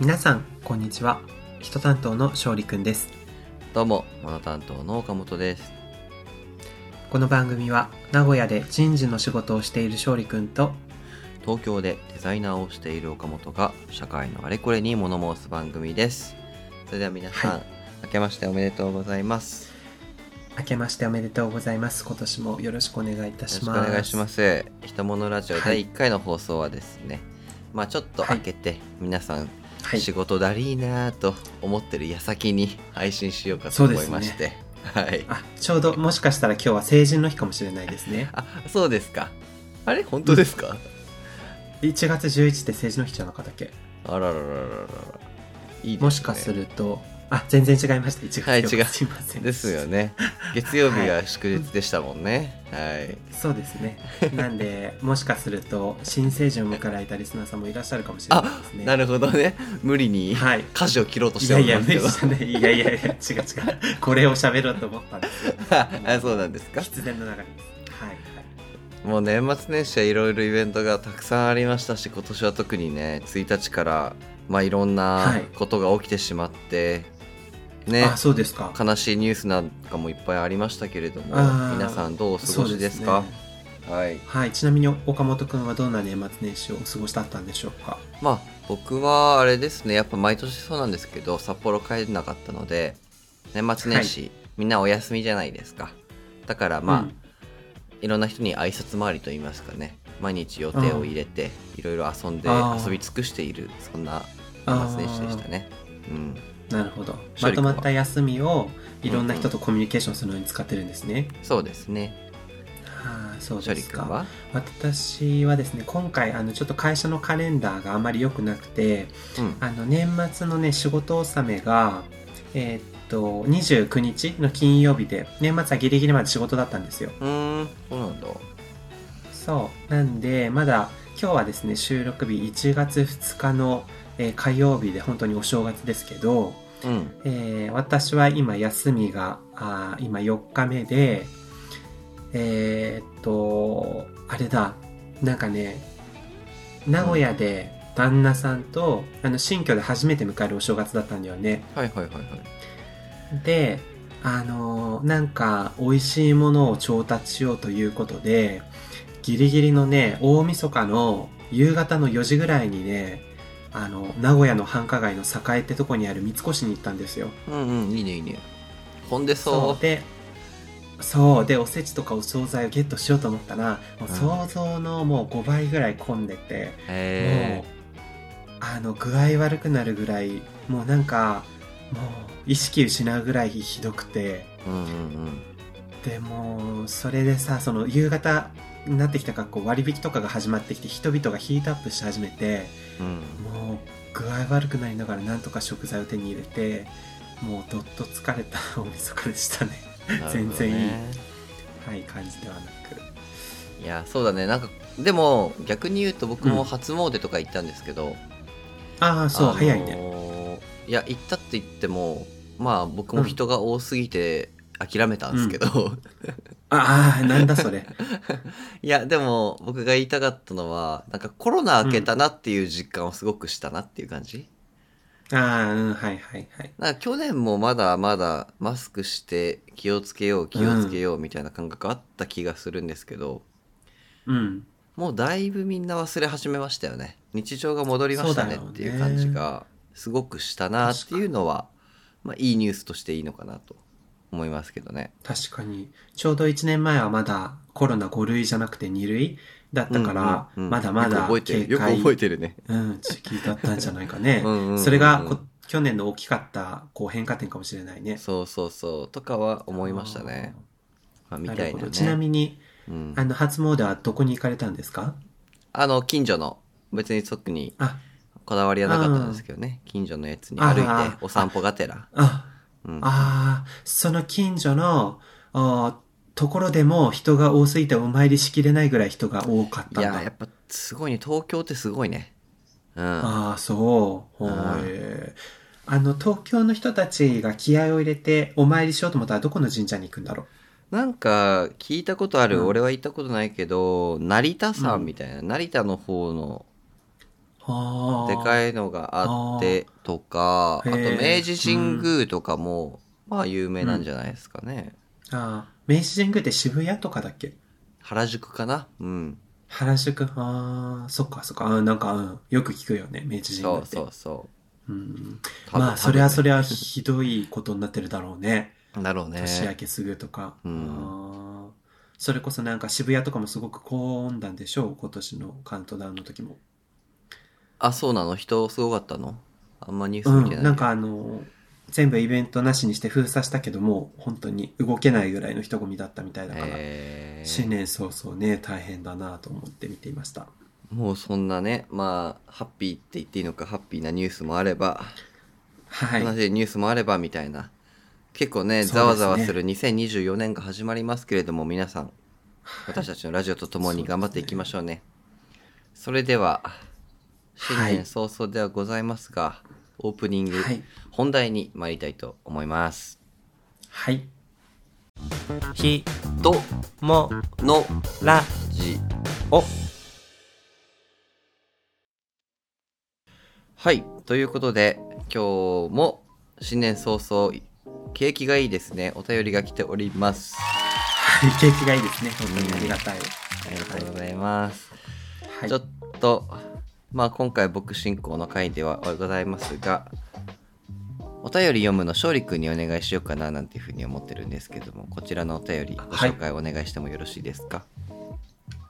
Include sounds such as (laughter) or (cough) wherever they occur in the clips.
皆さんこんにちは人担当の勝利くんですどうも、モノ担当の岡本です。この番組は名古屋で人事の仕事をしている勝利くんと東京でデザイナーをしている岡本が社会のあれこれに物申す番組です。それでは皆さん、はい明けましておめでとうございます。明けましておめでとうございます今年もよろしくお願いいたよろししくおます願いします。ひとものラジオはい第1回の放送はですね、まあちょっとはい開けて、皆さんはい仕事だりーなーと思ってる矢先に配信しようかとそうで思すねいまして。はい。あちょうどもしかしたら今日は成人の日かもしれないですねあ、そうですか。あれ本当ですか、 1月11日って成人の日じゃなかったっけあらららららら。いいですねもしかするとあ全然違いました1月はい8日違うすいませんですよね。月曜日が祝日でしたもんね。はい。そうですねなんでもしかすると新成人を迎えられたリスナーさんもいらっしゃるかもしれないあです、ねなるほどね。無理にはい舵を切ろうとしいてやおいりや、ま無すけ理ど。じゃない。いやいやいや、違う違う。これを喋ろうと思ったんですよ。 (laughs) あ、そうなんですか。必然の流れです。はい。もう年末年始はいろいろイベントがたくさんありましたし、今年は特にね、1日からまあいろんはないことが起きてしまって、はねい、あ、。そうですか。悲しいニュースなんかもいっぱいありましたけれどもあー皆さんどうお過そごうしですかねはいはい。ちなみに、岡本くんはどんな年末年始をお過ごしだったんでしょうか。まあ僕はあれですねやっぱ毎年そうなんですけど札幌帰れなかったので年末年始、みんなお休みじゃないですかだからまあ、うんいろんな人に挨拶回りといいますかね毎日予定を入れていろいろ遊んであー遊び尽くしているそんなあ年末ー年始でしたねうんなるほど。ま勝利と君まはった休みを、いろんな人とコミュニケーションするのに使ってるんですね。そうですねはい、そう処で理す君か。は私はですね、今回、あの、ちょっと会社のカレンダーがあまり良くなくて、うんあの年末のね仕事納めがえーっと29日の金曜日で年末はギリギリまで仕事だったんですようーんそうなんだそうなんでまだ今日はですね収録日1月2日の、えー火曜日で本当にお正月ですけど、うんえー私は今休みがあー今4日目でえーっとあれだなんかね名古屋で旦那さんと、あの新居で初めて迎えるお正月だったんだよねはいはいはいはいであのーなんか美味しいものを調達しようということでギリギリのね大晦日の夕方の4時ぐらいにねあの名古屋の繁華街の栄ってとこにある三越に行ったんですようんうんいいねいいね混んでそそうでそうでおせちとかお惣菜をゲットしようと思ったらもううん想像のもう5倍ぐらい混んでて、うへもうあの具合悪くなるぐらいもうなんかもう意識失うぐらいひどくてえうんうんうんでもうそれでさその夕方になってきた格好割引とかが始まってきて人々がヒートアップし始めてうんもう具合悪くなりながらなんとか食材を手に入れてもうどっと疲れた大晦日でしたね。 (laughs) なるほどね全然いいはい感じではなくいやそうだねなんかでも逆に言うと僕うんも初詣とか行ったんですけど、ああそう、あのー早いねいや行ったって言ってもまあ僕も人が多すぎて諦めたんですけど、ああなんだそれ (laughs) いやでも僕が言いたかったのはなんかコロナ明けたなっていう実感をすごくしたなっていう感じ、ああうんはいはいはいなんか去年もまだまだマスクして気をつけよう気をつけようみたいな感覚あった気がするんですけど、うんもうだいぶみんな忘れ始めましたよね日常が戻りましたねそうだよねっていう感じがすごくしたなっていうのは、まあ、いいニュースとしていいのかなと思いますけどね確かにちょうど1年前はまだコロナ5類じゃなくて2類だったから、うんうんうんまだまだよく覚えて警るよく覚え戒てるねうん時期だったんじゃないか (laughs) ねうんうんうんそれがこ去年の大きかったこう変化点かもしれないねそうそうそうとかは思いましたねまあ、みなたるいほなどねちなみにうんあの初詣はどこに行かれたんですかあの近所の別に特にあこだわりはなかったんですけどね近所のやつにあ歩ーいてお散歩がてら、あうん、ああ、その近所の、あーところでも人が多すぎてお参りしきれないぐらい人が多かっいたんやだ。やっぱすごいね東京ってすごいねうんああ、そう。うんほえあの、東京の人たちが気合を入れてお参りしようと思ったらどこの神社に行くんだろなんか聞いたことある、うん俺は行ったことないけど成田山みたいな、成田の方う。のああ。でかいのがあってとかああとーへー明治神宮とかも、まあ有名なんじゃないですかね、ああ。明治神宮って渋谷とかだっけ原宿かなうん原宿、ああ、そっかそっか。あーなんか、うん、よく聞くよね、明治神そ宮うって。そうそううん、多分まあ、それはそ多れはひどいことになってるだろうね。 (laughs) 分ねだろうね年明けすぐとか。うんあーそれこそなんか渋谷とかもすごく高温なんでしょう今年のカウントダウンの時も。あそうなの人すごかったのあんまニュースう見てない、ん、なんかあの、全部イベントなしにして封鎖したけども、本当に動けないぐらいの人混みだったみたいだから、えー新年早々ね、大変だなと思って見ていました。もうそんなねまあハッピーって言っていいのかハッピーなニュースもあればはい。悲しいニュースもあればみたいな結構ねそうですねざわざわする2024年が始まりますけれども皆さん私たちのラジオとともに頑張っていきましょうねそれでは新はい年早々ではございますが、オープニングはい。本題に参りたいと思いますはい。ひとものラジオはいということで今日も新年早々景気がいいですねお便りが来ておりますはい、景気がいいですね。本当にありがたい。ありがとうございます、はいちょ。っとまあ今回僕進行の回ではございますがお便り読むの勝利くんにお願いしようかななんていうふうに思ってるんですけどもこちらのお便りご紹介お願いしてもよろしいですか、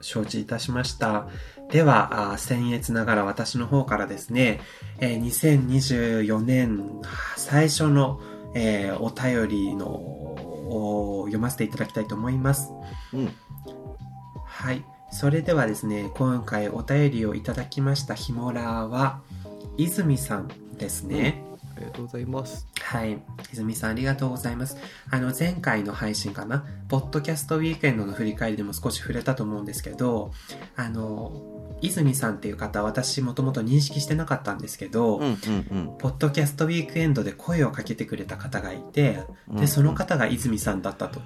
承知いたしました。では、あ僭越ながら私の方からですね、えー2024年最初の、えーお便りのを読ませていただきたいと思います。うんはい。それではですね、今回お便りをいただきましたヒモラーは、泉さんですね。ありがとうございますはい。泉さん、ありがとうございます。あの、前回の配信かな、ポッドキャストウィークエンドの振り返りでも少し触れたと思うんですけど、あの、泉さんっていう方、私もともと認識してなかったんですけど、うんうんうんポッドキャストウィークエンドで声をかけてくれた方がいて、うんで、その方が泉さんだったと。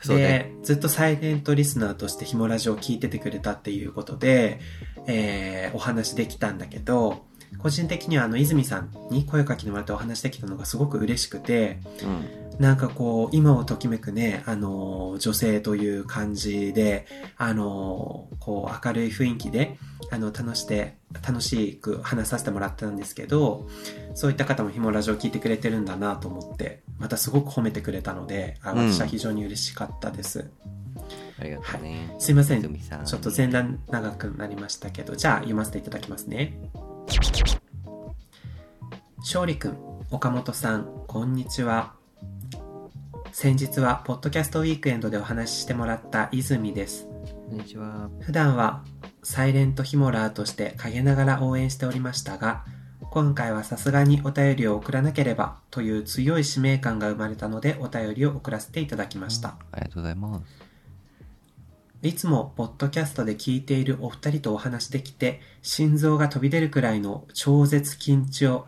そうねで、ずっとサイレントリスナーとしてヒモラジオを聞いててくれたっていうことで、えーお話できたんだけど、個人的にはあの、泉さんに声をかけてもらってお話できたのがすごく嬉しくて、うんなんかこう、今をときめくね、あのー、女性という感じで、あのー、こう、明るい雰囲気で、あの、楽して、楽しく話させてもらったんですけど、そういった方もヒモラジオ聞いてくれてるんだなと思って、またすごく褒めてくれたので、あうん私は非常に嬉しかったです。ありがとうね、すいません。泉さんちょっと前段長くなりましたけど、じゃあ読ませていただきますね。勝利くん、岡本さん、こんにちは。先日は、ポッドキャストウィークエンドでお話ししてもらった泉です。こんにちは普段はサイレントヒモラーとして陰ながら応援しておりましたが今回はさすがにお便りを送らなければという強い使命感が生まれたのでお便りを送らせていただきましたありがとうございますいつもポッドキャストで聞いているお二人とお話できて心臓が飛び出るくらいの超絶緊張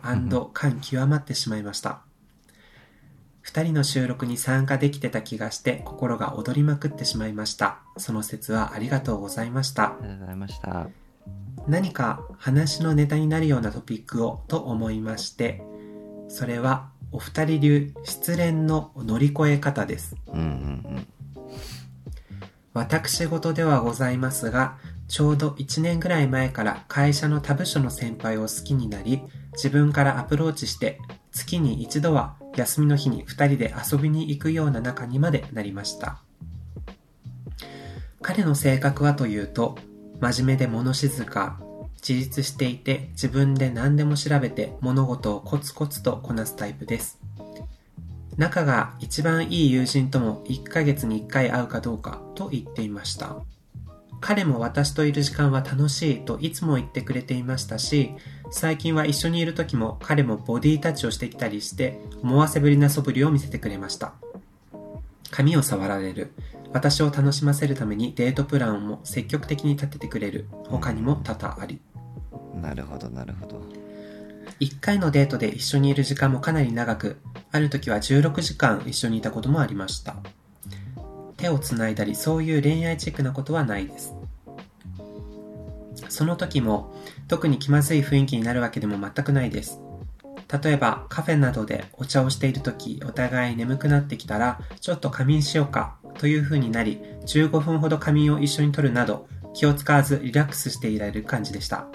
感極まってしまいました二人の収録に参加できてた気がして心が躍りまくってしまいましたその説はありがとうございましたありがとうございました何か話のネタになるようなトピックをと思いましてそれはお二人流失恋の乗り越え方ですうんうん私事ではございますがちょうど1年ぐらい前から会社の他部署の先輩を好きになり自分からアプローチして月に一度は休みの日に2人で遊びに行くような仲にまでなりました彼の性格はというと真面目で物静か自立していて自分で何でも調べて物事をコツコツとこなすタイプです仲が一番いい友人とも1ヶ月に1回会うかどうかと言っていました彼も私といる時間は楽しいといつも言ってくれていましたし最近は一緒にいる時も彼もボディタッチをしてきたりして思わせぶりな素振りを見せてくれました髪を触られる私を楽しませるためにデートプランも積極的に立ててくれる他にも多々ありうんなるほどなるほど1回のデートで一緒にいる時間もかなり長くある時は16時間一緒にいたこともありました手をつないだりそういう恋愛チックなことはないですその時も特に気まずい雰囲気になるわけでも全くないです。例えばカフェなどでお茶をしているときお互い眠くなってきたらちょっと仮眠しようかという風になり15分ほど仮眠を一緒に取るなど気を使わずリラックスしていられる感じでした。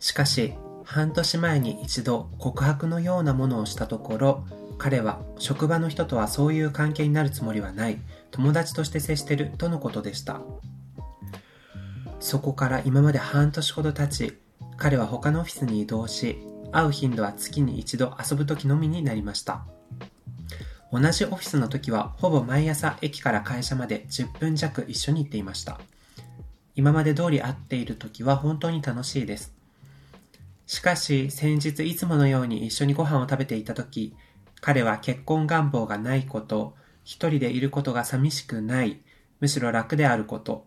しかし半年前に一度告白のようなものをしたところ彼は職場の人とはそういう関係になるつもりはない友達として接してるとのことでしたそこから今まで半年ほど経ち彼は他のオフィスに移動し会う頻度は月に一度遊ぶ時のみになりました同じオフィスの時はほぼ毎朝駅から会社まで10分弱一緒に行っていました今まで通り会っている時は本当に楽しいですしかし先日いつものように一緒にご飯を食べていた時彼は結婚願望がないこと一人でいることが寂しくないむしろ楽であること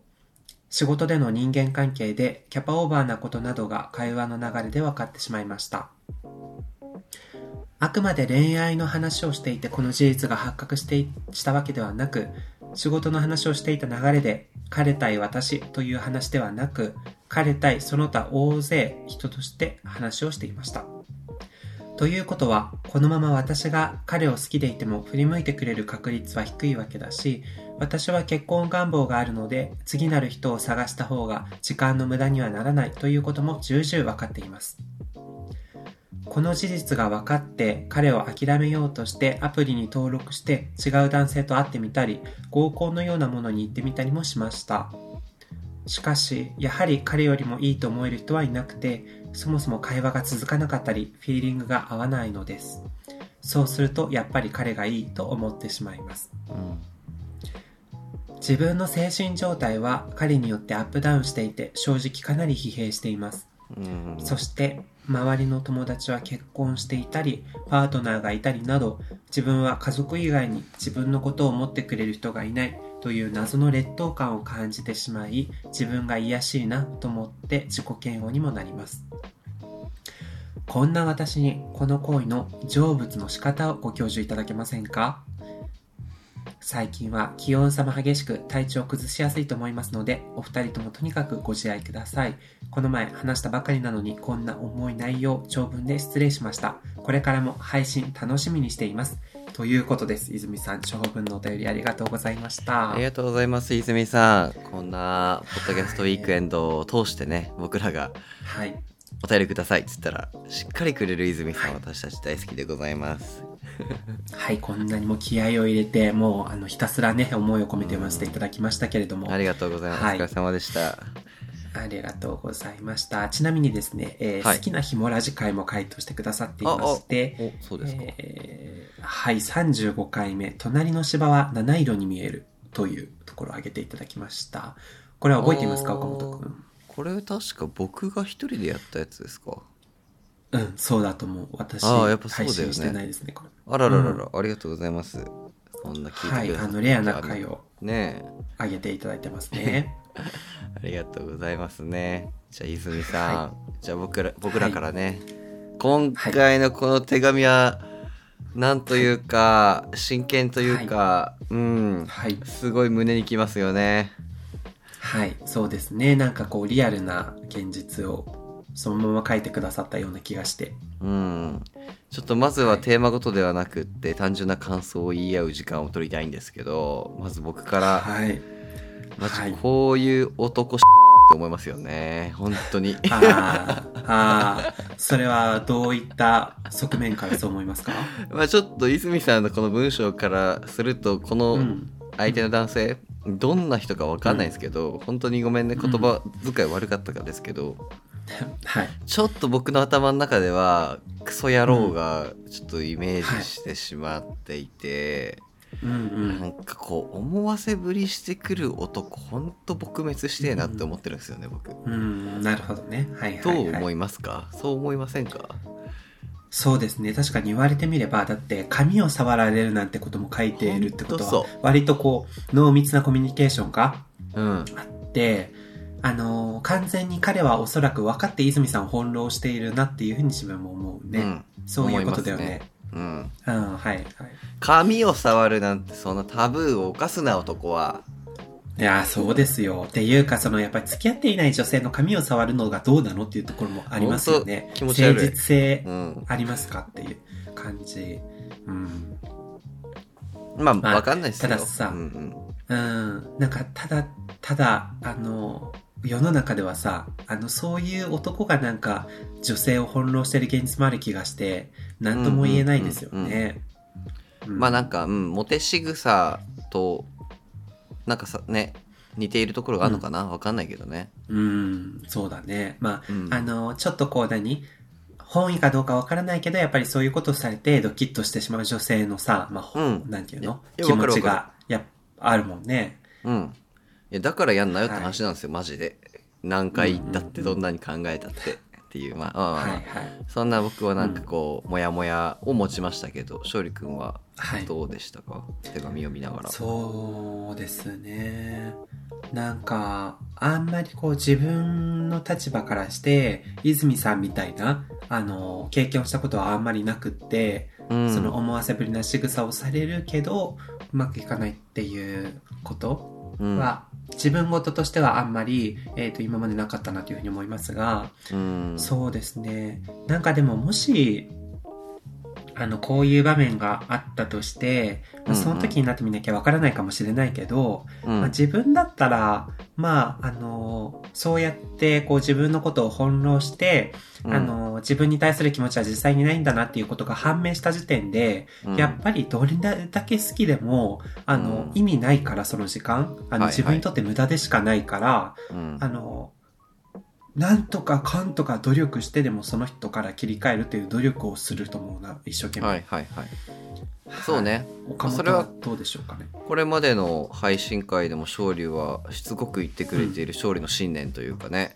仕事での人間関係でキャパオーバーなことなどが会話の流れで分かってしまいましたあくまで恋愛の話をしていてこの事実が発覚していしたわけではなく仕事の話をしていた流れで彼対私という話ではなく彼対その他大勢人として話をしていましたということはこのまま私が彼を好きでいても振り向いてくれる確率は低いわけだし私は結婚願望があるので次なる人を探した方が時間の無駄にはならないということも重々分かっていますこの事実が分かって彼を諦めようとしてアプリに登録して違う男性と会ってみたり合コンのようなものに行ってみたりもしましたしかしやはり彼よりもいいと思える人はいなくてそもそも会話が続かなかったりフィーリングが合わないのですそうするとやっぱり彼がいいと思ってしまいますうん自分の精神状態は彼によってアップダウンしていて正直かなり疲弊していますうんそして周りの友達は結婚していたりパートナーがいたりなど自分は家族以外に自分のことを思ってくれる人がいないという謎の劣等感を感じてしまい自分が癒やしいなと思って自己嫌悪にもなりますこんな私にこの行為の成仏の仕方をご教授いただけませんか最近は気温差も激しく体調を崩しやすいと思いますのでお二人ともとにかくご自愛くださいこの前話したばかりなのにこんな重い内容長文で失礼しましたこれからも配信楽しみにしていますということです泉さん長文のお便りありがとうございましたありがとうございます泉さんこんなポッドキャストウィークエンドを通してね僕らがはいお便りくださいっつったらしっかりくれる泉さん私たち大好きでございますはいこんなにも気合を入れてもうあのひたすらね思いを込めて読ませていただきましたけれどもありがとうございます、はいお疲れ様でしたありがとうございました。ちなみにですね、えーはい好きなヒモラジ会も回答してくださっていまして、おそうですか、えーはい、35回目、隣の芝は七色に見えるというところを挙げていただきました。これは覚えていますか、おー岡本くん。これ確か僕が一人でやったやつですかうん、そうだと思う。私、あーやっぱそうだよ配信ねしてないですね、これ。あらららら、ありがとうございますこんな聞はいてい、くださあっての、レアな回をねえ挙げていただいてますね。ありがとうございますね。じゃあ泉さん、じゃあ僕ら僕らからね、今回のこの手紙は、なんというか、真剣というか、うん、はい。すごい胸にきますよね。はい、そうですね。なんかこう、リアルな現実をそのまま書いてくださったような気がして。うん、ちょっとまずはテーマごとではなくって、単純な感想を言い合う時間を取りたいんですけど、まず僕から、はい。まずはいこういう男って思いますよね。本当に。あーあー、それはどういった側面からそう思いますか (laughs) まあちょっと泉さんのこの文章からすると、この、うん。相手の男性どんな人かわかんないですけど、本当にごめんね言葉遣い悪かったからですけど、はい。ちょっと僕の頭の中ではクソ野郎がちょっとイメージしてしまっていて、うんうん。なんかこう思わせぶりしてくる男ほんと撲滅してえなって思ってるんですよね僕。うん、なるほどね。はいはどい、はうい。思いますかそう思いませんかそうですね。確かに言われてみれば、だって髪を触られるなんてことも書いているってことほんはとそ、割とこう、濃密なコミュニケーションがうん。あって、あのー完全に彼はおそらく分かって泉さんを翻弄しているなっていうふうに自分も思うね。うん。そういうことだよね。思いうん。うん、はいはい。髪を触るなんてそんなタブーを犯すな男は。いやー、そうですよ。っていうか、その、やっぱり付き合っていない女性の髪を触るのがどうなのっていうところもありますよね本。当気持ち悪い誠実性うん、ありますかっていう感じ。うん。まあ、まあわかんないですよたださうんうんうん。なんか、ただ、ただ、あの、世の中ではさ、あの、そういう男がなんか、女性を翻弄してる現実もある気がして、なんとも言えないですよね。まあなんんか、うん、モテ仕草となんかさね似ているところがあるのかな、わかんないけどね、うん、そうだね。まあ、うん、あの、ちょっとこう何本意かどうかわからないけど、やっぱりそういうことをされてドキッとしてしまう女性のさ、まあ、ほうんなんていうのいや気わか持るちわが、やっぱあるもんね。うん。いや、だからやんなよって話なんですよ、マジで。何回言ったって、うんうんどんなに考えたって。っていう、まあ、まあまはあいまあはい。そんな僕はなんかこう、モヤモヤを持ちましたけど、勝利君ははい。どうでしたか、手紙を見ながら。そうですね。なんか、あんまりこう自分の立場からして、泉さんみたいな、あの、経験をしたことはあんまりなくって、うん、その思わせぶりな仕草をされるけど、うまくいかないっていうことうん、は自分事としてはあんまり、えー、と今までなかったなというふうに思いますが、うん、そうですねなんかでももしあのこういう場面があったとして、まあ、うんうんその時になってみなきゃわからないかもしれないけど、うん、まあ、自分だったらまああのそうやってこう自分のことを翻弄して、うんあ、の自分に対する気持ちは実際にないんだなっていうことが判明した時点で、うんやっぱりどれだけ好きでも、あの、うん意味ないから、その時間。あの、はいはい自分にとって無駄でしかないから、うんあの、なんとかかんとか努力してでもその人から切り替えるという努力をすると思うな、一生懸命。はいはいはい。そうね、岡そ本れははどうでしょうかね。これまでの配信会でも勝利はしつこく言ってくれている勝利の信念というかね、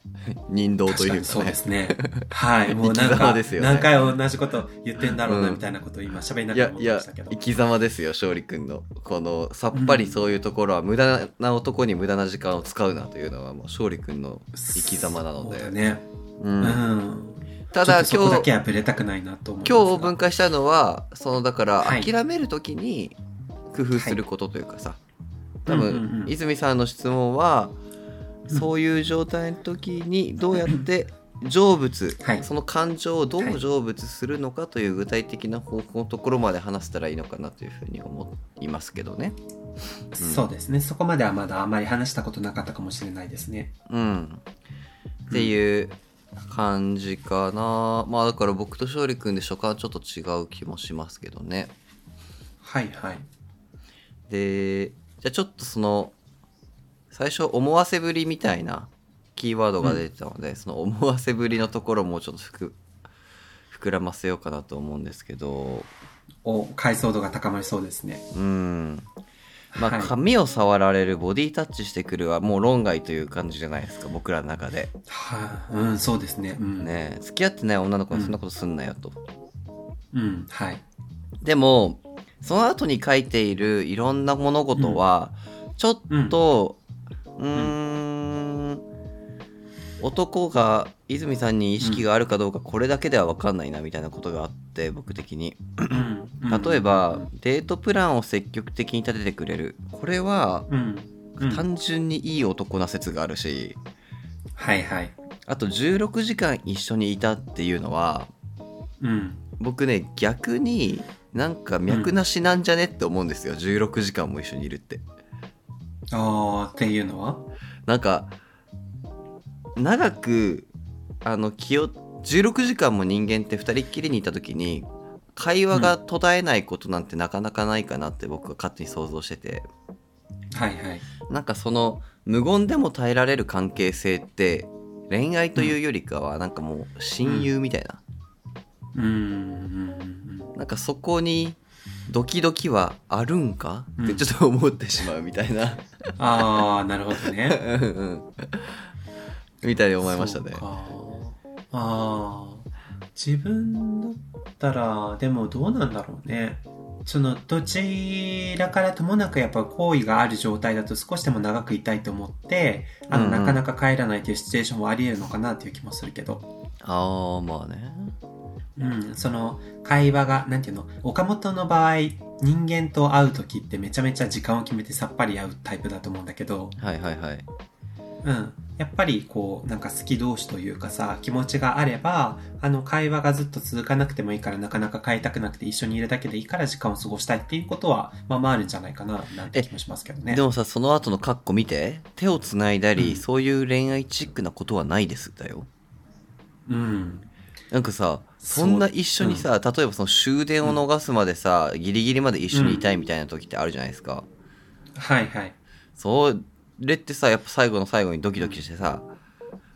人道と確いうかかね。にそうですね。 (laughs) はい。もうなん生き様か、ですよね何回同じこと言ってんだろうな、うんみたいなことを今喋りないがやら思いいまやしたけど生。き様ですよ勝利君のこのさっぱりそういうところは無駄な男に無駄な時間を使うなというのはもう勝利君の生き様なのでそうだね。うんうん。ただちょっとそこ今だけ日はぶれたくないなと思いますが今日分解したのはそのだからはい諦める時に工夫することというかさ、多分、うんうんうん泉さんの質問は、うんそういう状態の時にどうやって成仏、はいその感情をどう成仏するのかという具体的な方法のところまで話せたらいいのかなというふうに思いますけどね。そうですね。そこまではまだあまり話したことなかったかもしれないですね。うん、っていう感じかなまあだから僕と勝利君で所感ちょっと違う気もしますけどね。はいはい。でじゃあちょっとその最初思わせぶりみたいなキーワードが出てたので、その思わせぶりのところもちょっとふく膨らませようかなと思うんですけどお、解像度が高まりそうですね。うんまあ、はい髪を触られるボディタッチしてくるはもう論外という感じじゃないですか僕らの中で。はい、うん、そうですね。うん。ねえ付き合ってない女の子にそんなことすんなよと。うん、はい。でもその後に書いているいろんな物事は、ちょっとうーん男が泉さんに意識があるかどうかこれだけでは分かんないなみたいなことがあって僕的にうん例えば、、デートプランを積極的に立ててくれるこれはうん。うん、単純にいい男な説があるしはいはい。あと16時間一緒にいたっていうのはうん。僕ね逆になんか脈なしなんじゃねって思うんですよ、16時間も一緒にいるってあーっていうのはなんか長くあの気を16時間も人間って2人っきりにいた時に会話が途絶えないことなんてなかなかないかなって僕は勝手に想像しててはいはい。なんかその無言でも耐えられる関係性って恋愛というよりかはなんかもう親友みたいな、うん、うん、なんかそこにドキドキはあるんかってちょっと思ってしまうみたいな、うん。あー、なるほどね。うんうんみたいに思いましたねそう。かああ自分だったらでもどうなんだろうねそのどちらからともなくやっぱ好意がある状態だと少しでも長くいたいと思ってあの、うんうんなかなか帰らないというシチュエーションもありえるのかなという気もするけど、ああまあね。うん、その会話がなんていうの岡本の場合人間と会う時ってめちゃめちゃ時間を決めてさっぱり会うタイプだと思うんだけど、はいはいはいうん、やっぱりこうなんか好き同士というかさ気持ちがあればあの会話がずっと続かなくてもいいからなかなか変えたくなくて一緒にいるだけでいいから時間を過ごしたいっていうことはまあまああるんじゃないかななんて気もしますけどねでもさその後のカッコ見て手をつないだり、うんそういう恋愛チックなことはないですだようんなんかさそうそんな一緒にさ、例えばその終電を逃すまでさ、ギリギリまで一緒にいたいみたいな時ってあるじゃないですか、はいはいそれってさやっぱ最後の最後にドキドキしてさ、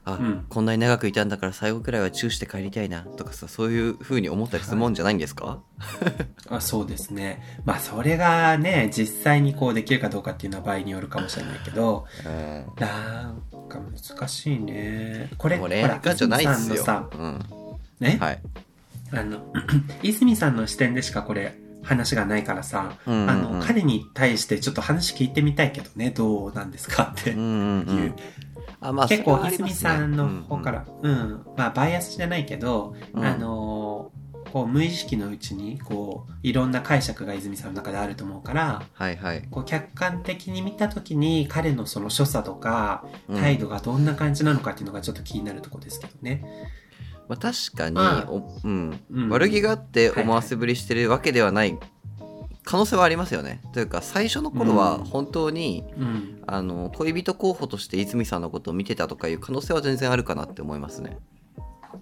あ、うんこんなに長くいたんだから最後くらいはチューして帰りたいなとかさそういう風に思ったりするもんじゃないんですか、あそうですねまあそれがね実際にこうできるかどうかっていうのは場合によるかもしれないけどうんなんか難しいねこれもほう恋ら愛家じゃないっす泉よ。さんのさうん、ね、はい。あの (clears throat) 泉さんの視点でしかこれ話がないからさうんうんうんあの彼に対してちょっと話聞いてみたいけどねどうなんですかってういんう、うんうん。あまあ結構それはありま泉すねさんの方から、うんまあ、バイアスじゃないけど、うんあのーこう無意識のうちにこういろんな解釈が泉さんの中であると思うからはいはい。こう客観的に見た時に彼のその所作とかうん態度がどんな感じなのかっていうのがちょっと気になるとこですけどね。まあ、確かに、まあおうんうん悪気があってはいはい思わせぶりしてるわけではない可能性はありますよね。というか最初の頃はうん本当に、うん、あの恋人候補として泉さんのことを見てたとかいう可能性は全然あるかなって思いますね。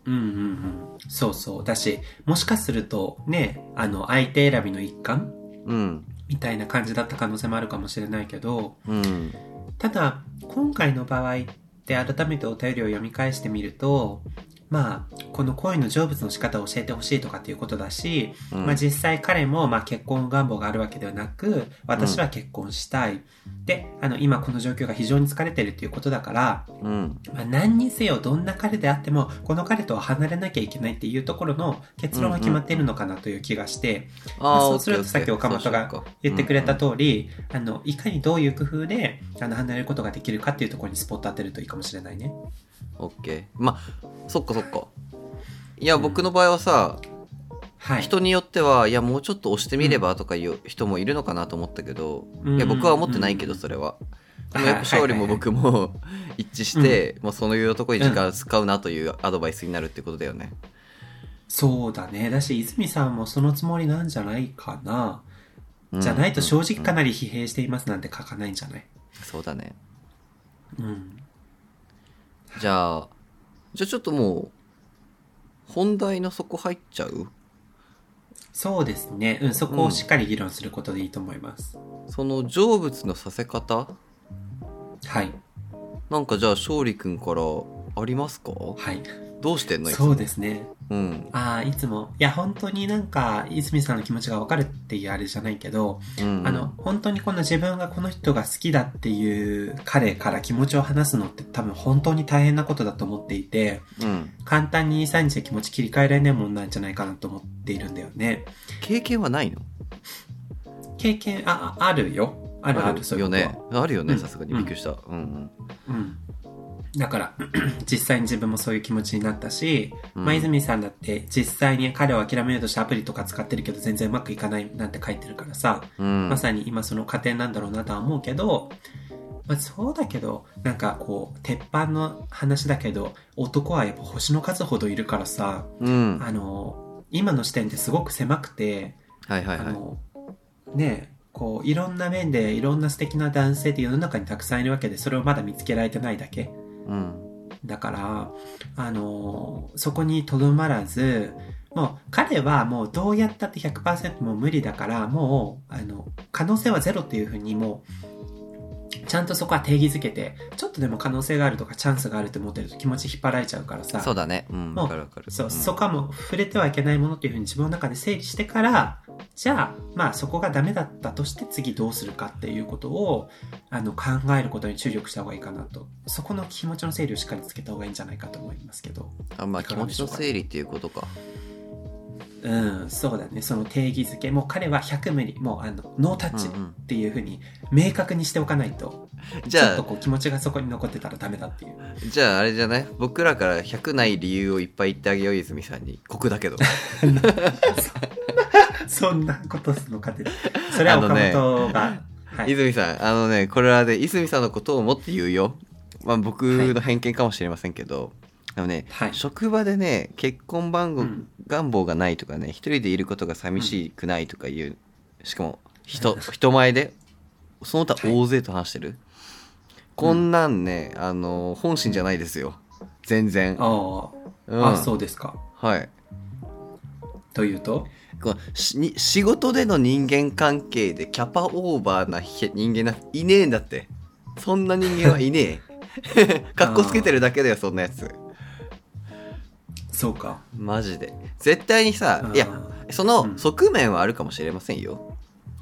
うんうんうんそうそうだしもしかするとねあの相手選びの一環うん。みたいな感じだった可能性もあるかもしれないけどうん。ただ今回の場合って改めてお便りを読み返してみるとまあこの恋の成仏の仕方を教えてほしいとかっていうことだし、うんまあ、実際彼もまあ結婚願望があるわけではなく私は結婚したい、であの今この状況が非常に疲れてるっていうことだから、うん。まあ、何にせよどんな彼であってもこの彼とは離れなきゃいけないっていうところの結論が決まっているのかなという気がして、まあーそうオッすケーるとさっきオッケ岡ー本がそうしようか言ってくれた通り、あのいかにどういう工夫であの離れることができるかっていうところにスポット当てるといいかもしれないね。オッケーまあそっかそっかいや、僕の場合はさはい、人によってはいやもうちょっと押してみればとかいう人もいるのかなと思ったけど、うんいや僕は思ってないけどうんそれは、あでもやっぱ勝利もはいはいはい僕も (laughs) 一致して、まあ、そういうとこに時間を使うなというアドバイスになるってことだよね、そうだねだし泉さんもそのつもりなんじゃないかな、うんじゃないと正直かうんなり疲弊していますなんて書かないんじゃない、そうだねうん、じゃあじゃあちょっともう本題のそこ入っちゃうそうですね、うん、そこをしっかり議論することでいいと思います。その成仏のさせ方はい、なんかじゃあ勝利君からありますかはい、どうしてんのいつもそうですねうんああいつもいや本当になんか泉さんの気持ちがわかるっていうあれじゃないけど、うんあの、本当にこの自分がこの人が好きだっていう彼から気持ちを話すのって多分本当に大変なことだと思っていて、うん、簡単に23日で気持ち切り替えられないもんなんじゃないかなと思っているんだよね。経験はないの経験、あ、ああるよ。あるある、そういうよことはねあるようねんさすがにびっくりしたうんうん。だから、 (clears throat) 実際に自分もそういう気持ちになったし、うんまあ、泉さんだって実際に彼を諦めようとしてアプリとか使ってるけど全然うまくいかないなんて書いてるからさ、うんまさに今その過程なんだろうなとは思うけど、まあ、そうだけどなんかこう鉄板の話だけど男はやっぱ星の数ほどいるからさうんはあの今の視点ってすごく狭くて、いはいあはいのねえこういろんな面でいろんな素敵な男性って世の中にたくさんいるわけでそれをまだ見つけられてないだけうんだからあのそこにとどまらずもう彼はもうどうやったって100%もう無理だからもうあの可能性はゼロっていうふうにもうちゃんとそこは定義づけてちょっとでも可能性があるとかチャンスがあるって思ってると気持ち引っ張られちゃうからさそうだねうんもうわかるわかるそうんそこはもう触れてはいけないものっていうふうに自分の中で整理してからじゃあまあそこがダメだったとして次どうするかっていうことをあの考えることに注力した方がいいかなとそこの気持ちの整理をしっかりつけた方がいいんじゃないかと思いますけどあまあいか気が持でちしょうのか整理っていうことかうんそうだねその定義づけもう彼は100無理もうあのノータッチっうんていうふうに明確にしておかないとうんちじょっゃとあこう気持ちがそこに残ってたらダメだって (laughs) いうじゃああれじゃない僕らから100ない理由をいっぱい言ってあげよう泉さんに酷だけどそそんなことするのかって。それは岡本が。はい、泉さんあのねこれはね泉さんのことをもって言うよ、まあ、僕の偏見かもしれませんけど、あのね、はい職場でね結婚番号、うん願望がないとかね一人でいることが寂しくないとかいう、しかも (laughs) 人人前でその他大勢と話してる、こんなんね、あの本心じゃないですよ全然、あうあ、ん、あ、そうですか。はいというと、こうしに仕事での人間関係でキャパオーバーなひ人間なんていねえんだってそんな人間はいね (laughs) えかっこつけてるだけだよそんなやつそうか。マジで絶対にさいやあそうのん側面はあるかもしれませんよ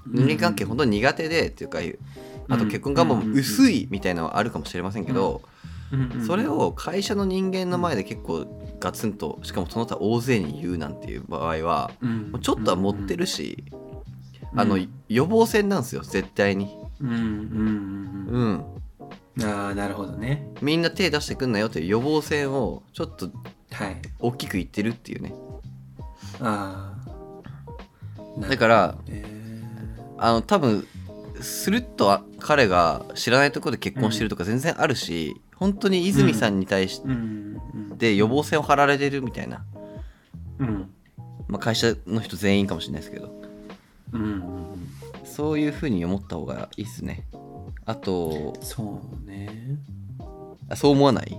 うん人間関係本当に苦手でっていうかあと結婚願望も薄いみたいなのはあるかもしれませんけどー、うんうんそれ、を会社の人間の前で結構ガツンとしかもその他大勢に言うなんていう場合はうんちょっとは持って、るし、うんあのうん予防線なんですよ絶対にうんうんうんうんうんうん、ああ、なるほどね。みんな手出してくんなよという予防線をちょっとはい。大きく言ってるっていうねああ。だからえーあの多分スルッとあ彼が知らないところで結婚してるとか全然あるし、本当に泉さんに対しうんうんて予防線を張られてるみたいな、うんまあ、会社の人全員かもしれないですけどうんうんそういうふうに思った方がいいっすねあとそうねあそう思わない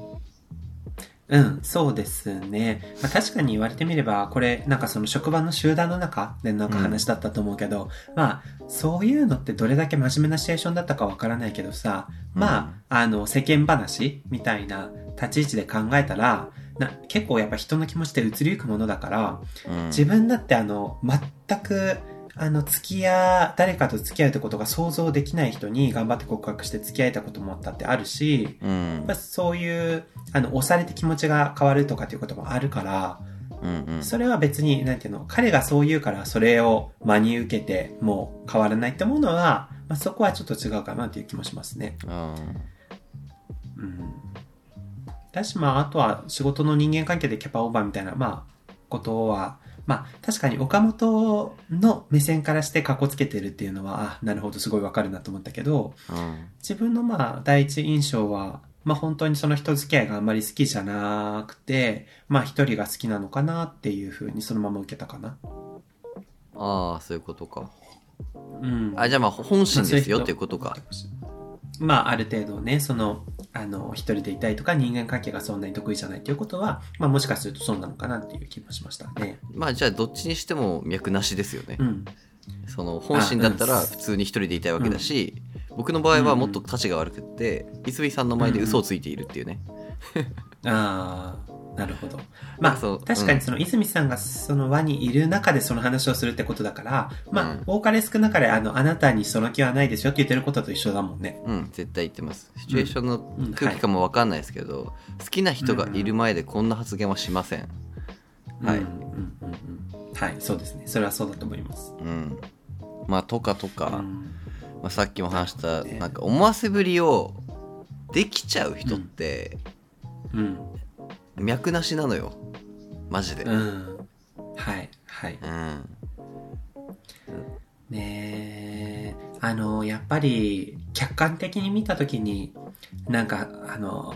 うんそうですね、まあ、確かに言われてみればこれなんかその職場の集団の中でなんか話だったと思うけど、まあそういうのってどれだけ真面目なシチュエーションだったかわからないけどさまああの世間話みたいな立ち位置で考えたらな結構やっぱ人の気持ちって移りゆくものだから、うん自分だってあの全くあの付き合う誰かと付き合うってことが想像できない人に頑張って告白して付き合えたこともだってあるし、うんまあ、そういうあの押されて気持ちが変わるとかっていうこともあるからうんうんそれは別になんていうの彼がそう言うからそれを真に受けてもう変わらないって思うのは、まあ、そこはちょっと違うかなっていう気もしますね。ううんん、だしまああとは仕事の人間関係でキャパオーバーみたいなまあことはまあ確かに岡本の目線からしてかっこつけてるっていうのはあなるほどすごいわかるなと思ったけどうん自分のまあ第一印象はまあ本当にその人付き合いがあんまり好きじゃなくてまあ一人が好きなのかなっていうふうにそのまま受けたかな。ああそういうことかうん、あじゃあまあ本心ですよっていうことか。まあ、ある程度ね、その、あの、一人でいたいとか、人間関係がそんなに得意じゃないということは、まあ、もしかするとそうなのかなっていう気もしましたね。まあじゃあどっちにしても脈なしですよね、うん。その本心だったら普通に一人でいたいわけだし、僕の場合はもっと立ちが悪くって泉さんの前で嘘をついているっていうね、ああ、なるほど。なんまあ、かそう確かにその、泉さんがその輪にいる中でその話をするってことだから、まあ、うん多かれ少なかれ、あの、あなたにその気はないですよって言ってることと一緒だもんね。うん絶対言ってますシチュエーションのうん空気感も分かんないですけど、好きな人がいる前でこんな発言はしませんはいうんうんうんうんはい、そうですね。それはそうだと思います。うん、まあとかとか、うんまあ、さっきも話したねなんか思わせぶりをできちゃう人ってうん。脈なしなのよマジでうん。はい、はい。うんねえ、あの、やっぱり、客観的に見たときに、なんか、あの、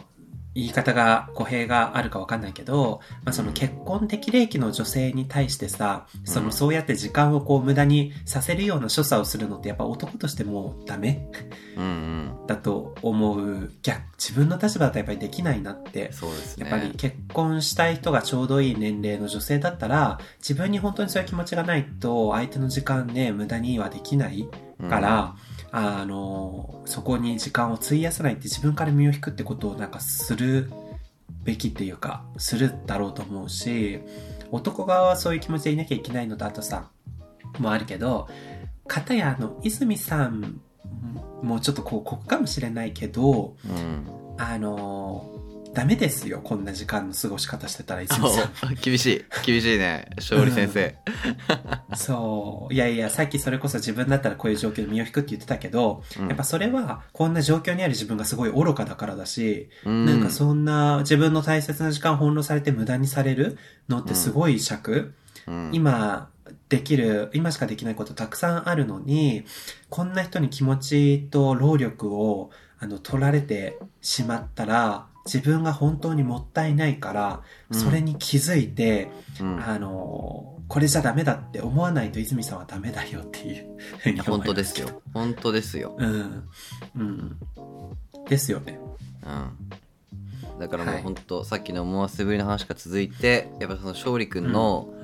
言い方が、語弊があるかわかんないけど、まあ、その結婚適齢期の女性に対してさ、そうの、んそうやって時間をこう無駄にさせるような所作をするのって、やっぱ男としてもうダメ (laughs) うんうんだと思う。逆、自分の立場だとやっぱりできないなってそうですねやっぱり結婚したい人がちょうどいい年齢の女性だったら自分に本当にそういう気持ちがないと相手の時間ね無駄にはできないから、あのそこに時間を費やさないって自分から身を引くってことをなんかするべきっていうかするだろうと思うし男側はそういう気持ちでいなきゃいけないのとあとさもあるけど片やあの泉さんもちょっとこうここかもしれないけどうんうんあのーダメですよ、こんな時間の過ごし方してたら、いつもさあ (laughs) 厳しい厳しいね勝利先生、そう。いやいや、さっきそれこそ自分だったらこういう状況で身を引くって言ってたけど、うんやっぱそれは、こんな状況にある自分がすごい愚かだからだし、うんなんかそんな自分の大切な時間翻弄されて無駄にされるのってすごい尺、うん今、できる、今しかできないことたくさんあるのに、こんな人に気持ちと労力を、あの、取られてしまったら、自分が本当にもったいないから、うんそれに気づいて、うん、あの、これじゃダメだって思わないと泉さんはダメだよっていうふういにや思い本ます当です。よ本当ですよ、うん。うん。ですよね。うん、だからもうはい本当、さっきの思わせぶりの話が続いてやっぱその勝利君の、うん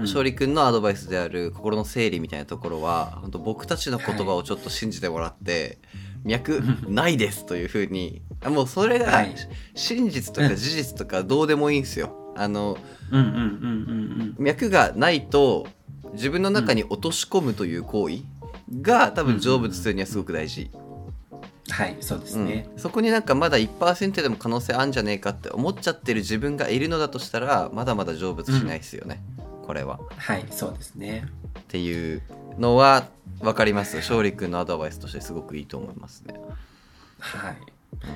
勝利君のアドバイスである心の整理みたいなところは本当僕たちの言葉をちょっと信じてもらって、脈ないですというふうにあもうそれが、はい真実とかうん事実とかどうでもいいんですよ。あのうんうんうんうん脈がないと自分の中に落とし込むという行為が多分成仏するにはすごく大事、うん。はい、そうですね。うんそこになんかまだ1%でも可能性あんじゃねえかって思っちゃってる自分がいるのだとしたらまだまだ成仏しないですよね、これは。はい、そうですね。っていうのは分かります勝利君のアドバイスとしてすごくいいと思いますね。はい。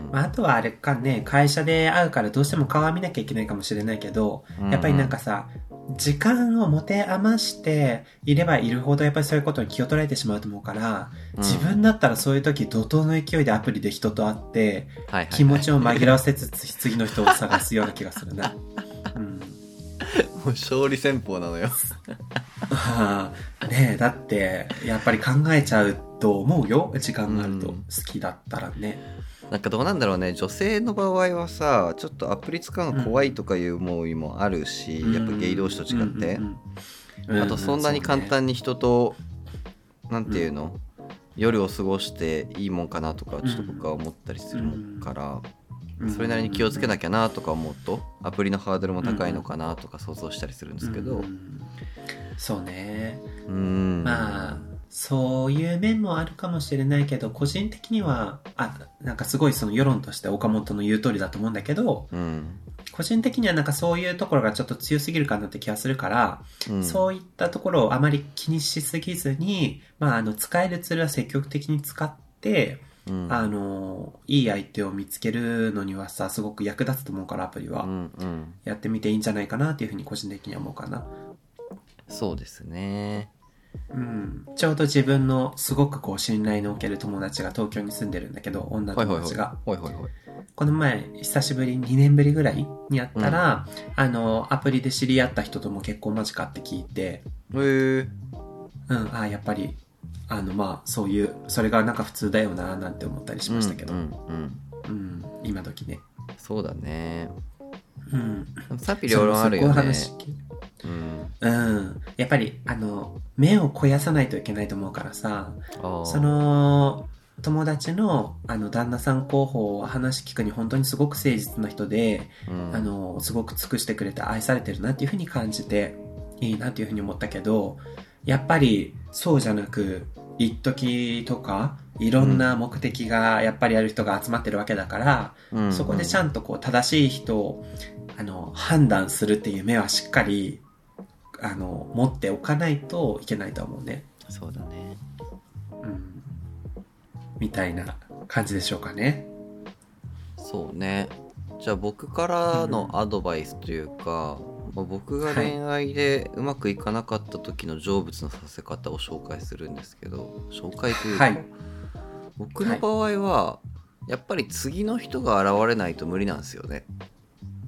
うんまあ、あとはあれかね、会社で会うからどうしても顔は見なきゃいけないかもしれないけど、やっぱりなんかさ、時間を持て余していればいるほどやっぱりそういうことに気を取られてしまうと思うから、うん自分だったらそういう時怒涛の勢いでアプリで人と会って、はいはい気持ちを紛らわせつつ次の人を探すような気がするな。うん。 (laughs) もう勝利戦法なのよ。ああ、 (laughs) ねえ、だって、やっぱり考えちゃうと思うよ。時間があると。うん好きだったらね。なんかどうなんだろうね女性の場合はさちょっとアプリ使うの怖いとかいう思いもあるし、やっぱゲイ同士と違って、うんうんうんあとそんなに簡に。単に人と、なんていうの、夜を過ごしていいもんかなとかちょっと僕は思ったりするから、うんそれなりに気をつけなきゃなとか思うとアプリのハードルも高いのかなとか想像したりするんですけうど、うんそうね。んまあ、そういう面もあるかもしれないけど、個人的には、あ、なんかすごいその世論として岡本の言う通りだと思うんだけど、うん個人的にはなんかそういうところがちょっと強すぎるかなって気がするから、うんそういったところをあまり気にしすぎずに、まあ、あの、使えるツールは積極的に使って、うんあの、いい相手を見つけるのにはさ、すごく役立つと思うから、アプリは。うんうんやってみていいんじゃないかなっていうふうに個人的には思うかな。そうですねうん。ちょうど自分のすごくこう信頼のおける友達が東京に住んでるんだけど、女はい友はいはい達が。はいはいはいこの前、久しぶり、2年ぶりぐらいに会ったら、あの、アプリで知り合った人とも結婚間近って聞いて、えー、うん、あやっぱりあのまあそういうそれがなんか普通だよななんて思ったりしましたけど、ううんんうんうん今時ね、そうだねうん、賛否両論あるよそねうそこを話聞きうんうん、やっぱりあの目を肥やさないといけないと思うからさあーその友達のあの旦那さん候補を話聞くに本当にすごく誠実な人で、うんあのすごく尽くしてくれて愛されてるなっていうふうに感じていいなっていうふうに思ったけどやっぱりそうじゃなく一時とかいろんな目的がやっぱりある人が集まってるわけだから、うんそこでちゃんとこう正しい人をあの判断するっていう目はしっかりあの持っておかないといけないと思うね。そうだねうん、みたいな感じでしょうかね。そうねじゃあ僕からのアドバイスというか、まあ僕が恋愛でうまくいかなかった時の成仏のさせ方を紹介するんですけど紹介というか、はい僕の場合は、やっぱり次の人が現れないと無理なんですよね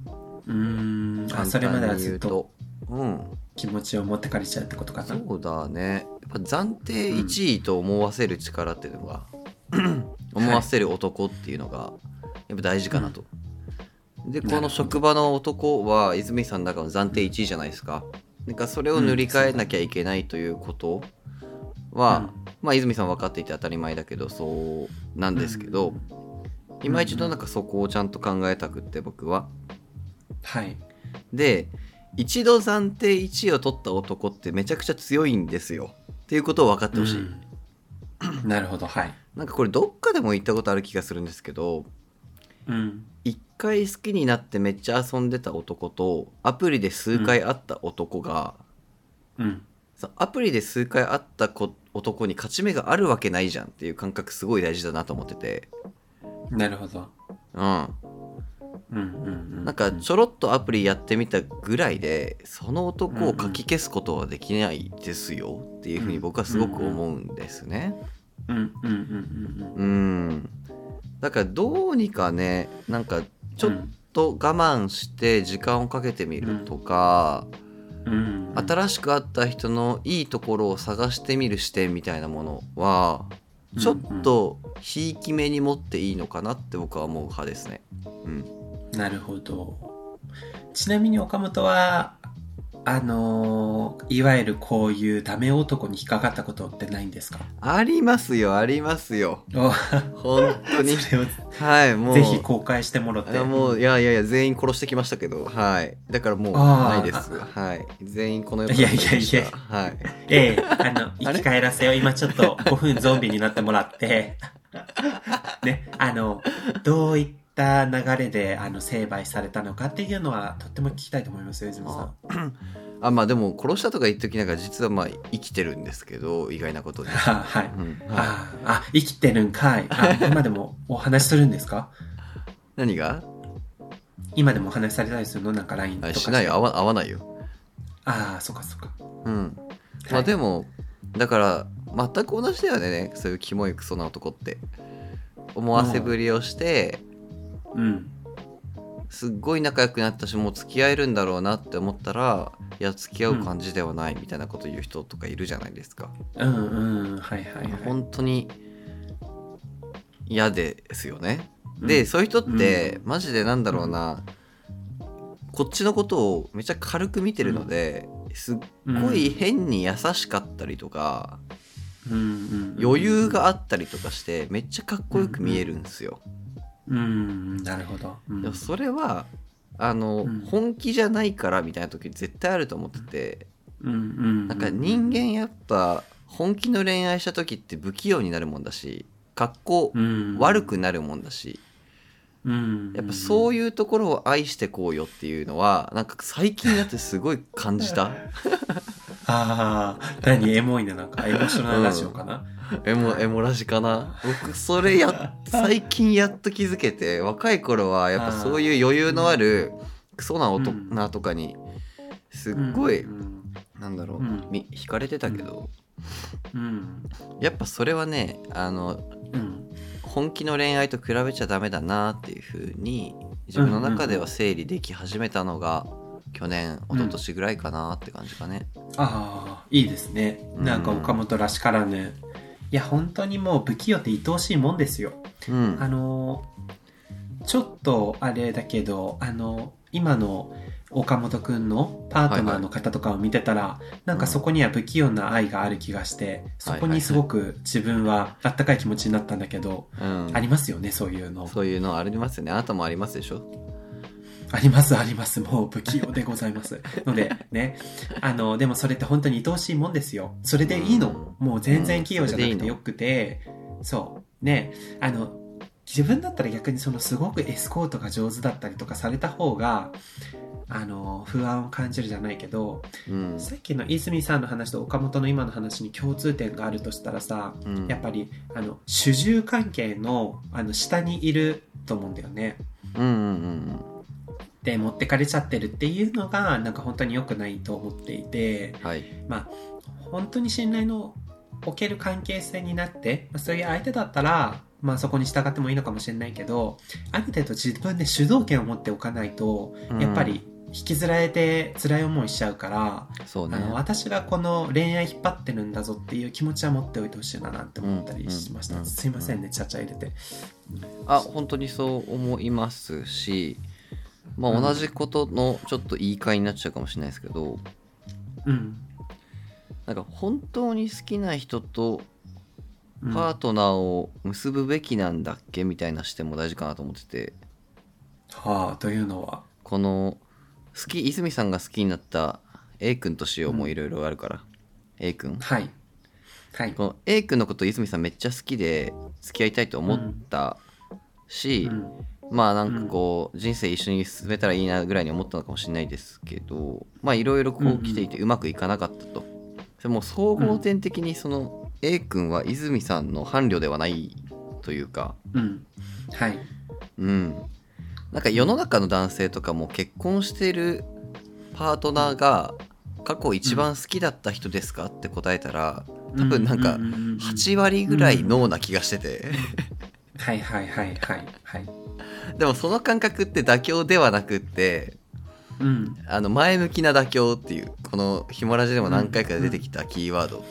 うーんあ簡それまで単はにず言っうととうん気持ちを持ってかれちゃうってことかな。そうだねやっぱ暫定1位と思わせる力っていうのが、思わせる男っていうのがやっぱ大事かなと、なるでほどこの職場の男は泉さんの中の暫定1位じゃないですかなんかそれを塗り替えなきゃいけないということは、まあ泉さん分かっていて当たり前だけどそうなんですけど、今一度なんかそこをちゃんと考えたくって僕ははい。で一度暫定1位を取った男ってめちゃくちゃ強いんですよっていうことを分かってほしい、うんなるほど、はい。なんかこれどっかでも言ったことある気がするんですけどうん。一回好きになってめっちゃ遊んでた男とアプリで数回会った男が、うん。そのアプリで数回会った子男に勝ち目があるわけないじゃんっていう感覚すごい大事だなと思っててなるほど。うんうんうんうんなんかちょろっとアプリやってみたぐらいでその男をかき消すことはできないですよっていうふうに僕はすごく思うんですね。うんうんうんうんうんだからどうにかねなんかちょっと我慢して時間をかけてみるとか、うんうん新しく会った人のいいところを探してみる視点みたいなものはちょっとひいき目に持っていいのかなって僕は思う派ですね。うんなるほどちなみに岡本はあのーいわゆるこういうダメ男に引っかかったことってないんですかありますよありますよお本 (laughs) 当にそれをはいもうぜひ公開してもろいてやもういやいやいや全員殺してきましたけどはいだからもうあなーいですはい全員この世いやいやいや殺してきましたはいええあの生き返らせよ今ちょっと5分ゾンビになってもらってねあのどういった流れであの成敗されたのかっていうのはとっても聞きたいと思いますよ泉さんあまあでも殺したとか言っときながら実はまあ生きてるんですけど意外な (laughs) ことに、あはいうんはい、ああ生きてるんかい (laughs) あ今でもお話しするんですか何が今でもお話しされたりするのなんか LINE とあかしないよ合わ合わないよああそっかそっかうんまあでも、だから全く同じだよねそういうキモいクソな男って思わせぶりをして、うんすっごい仲良くなったしもう付き合えるんだろうなって思ったらいや付き合う感じではないみたいなこと言う人とかいるじゃないですか、うんうんはいはいはい本当に嫌ですよね、でそういう人って、マジでなんだろうな、こっちのことをめちゃ軽く見てるので、すっうんごい変に優しかったりとか、うんうんうん余裕があったりとかしてめっちゃかっこよく見えるんですよ、うんなるほどうんでもそれはあの、うん本気じゃないからみたいな時絶対あると思っててうんうんなんか人間やっぱ本気の恋愛した時って不器用になるもんだし格好うん悪くなるもんだし、うんやっぱそういういうところを愛してこうよっていうのはなんか最近になってすごい感 (laughs) じたああ何エモいななんかエモーショナルラジオかな、エモエモラジかな僕それや最近やっと気づけて若い頃はやっぱそういう余裕のあるクソな大うん人とかにすっごい、うんなんだろう、うんみ惹かれてたけど、うんやっぱそれはねあのうん本気の恋愛と比べちゃダメだなっていうふうに自分の中では整理でき始めたのが去年うん一昨年ぐらいかなって感じかね。ああいいですねなんか岡本らしからぬ、いや本当にもう不器用って愛おしいもんですようんあのーちょっとあれだけどあの今の岡本くんのパートナーの方とかを見てたら、なんかそこには不器用な愛がある気がして、そこにすごく自分はあったかい気持ちになったんだけど、うんありますよねそういうのそういうのありますよねあなたもありますでしょありますありますもう不器用でございます (laughs) のでねあのでもそれって本当に愛おしいもんですよそれでいいの、もう全然器用じゃなくてよくて、そうねあの自分だったら逆にそのすごくエスコートが上手だったりとかされた方があの不安を感じるじゃないけどうん、さっきの泉さんの話と岡本の今の話に共通点があるとしたらさうんやっぱりあの主従関係のあの下にいると思うんだよね。うんうんうんで持ってかれちゃってるっていうのがなんか本当に良くないと思っていてうんはい本当に信頼のおける関係性になって、まあ、そういう相手だったら、まあ、そこに従ってもいいのかもしれないけどある程度自分で主導権を持っておかないとやっぱり引きずられて辛い思いしちゃうから、うんそうねあの私がこの恋愛引っ張ってるんだぞっていう気持ちは持っておいてほしいななんて思ったりしましうんた、うんすいませんねちゃちゃ入れてあ本当にそう思いますしまあ同じことのちょっと言い換えになっちゃうかもしれないですけどうん、なんか本当に好きな人とうん、パートナーを結ぶべきなんだっけみたいな視点も大事かなと思っててはあというのはこの好き泉さんが好きになった A 君としようもいろいろあるから、A 君はいはいこの A 君のこと泉さんめっちゃ好きで付き合いたいと思ったし、うんまあなんかこう人生一緒に進めたらいいなぐらいに思ったのかもしれないですけどまあいろいろこう来ていてうまくいかなかったと。でも総合点的にその A 君は泉さんの伴侶ではないというか、うんはいうん、なんか世の中の男性とかも結婚してるパートナーが過去一番好きだった人ですかって答えたら多分なんかううううん8割ぐらいノーな気がしててはいはいはいはいはいでもその感覚って妥協ではなくってうんあの前向きな妥協っていうこの「ひもラジ」でも何回か出てきたキーワード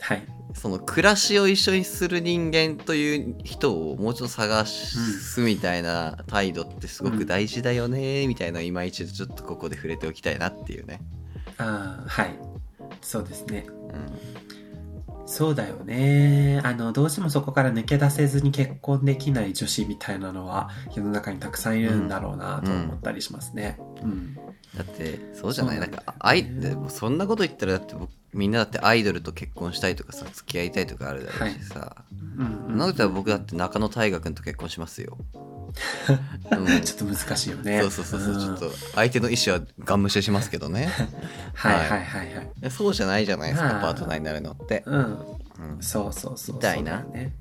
はいその暮らしを一緒にする人間という人をもうちょっと探すみたいな態度ってすごく大事だよねみたいな今一度ちょっとここで触れておきたいなっていうね。ああはいそうですねうんそうだよねあのどうしてもそこから抜け出せずに結婚できない女子みたいなのは世の中にたくさんいるんだろうなと思ったりしますねうん、だってそうじゃないそうななんんかだアイよねでもそんなこと言ったらだって僕みんなだってアイドルと結婚したいとかさ付き合いたいとかあるだろうしさ、うんそんなこと言ったら僕だって中野大河君と結婚しま (laughs) すよ。うんちょっと難しいよねそうそうそうそう、んちょっと相手の意思はガン無視しますけどねはいはいはいはいそうじゃないじゃないですかまあパートナーになるのって、うんうんそうそうそうみたいなそうだよね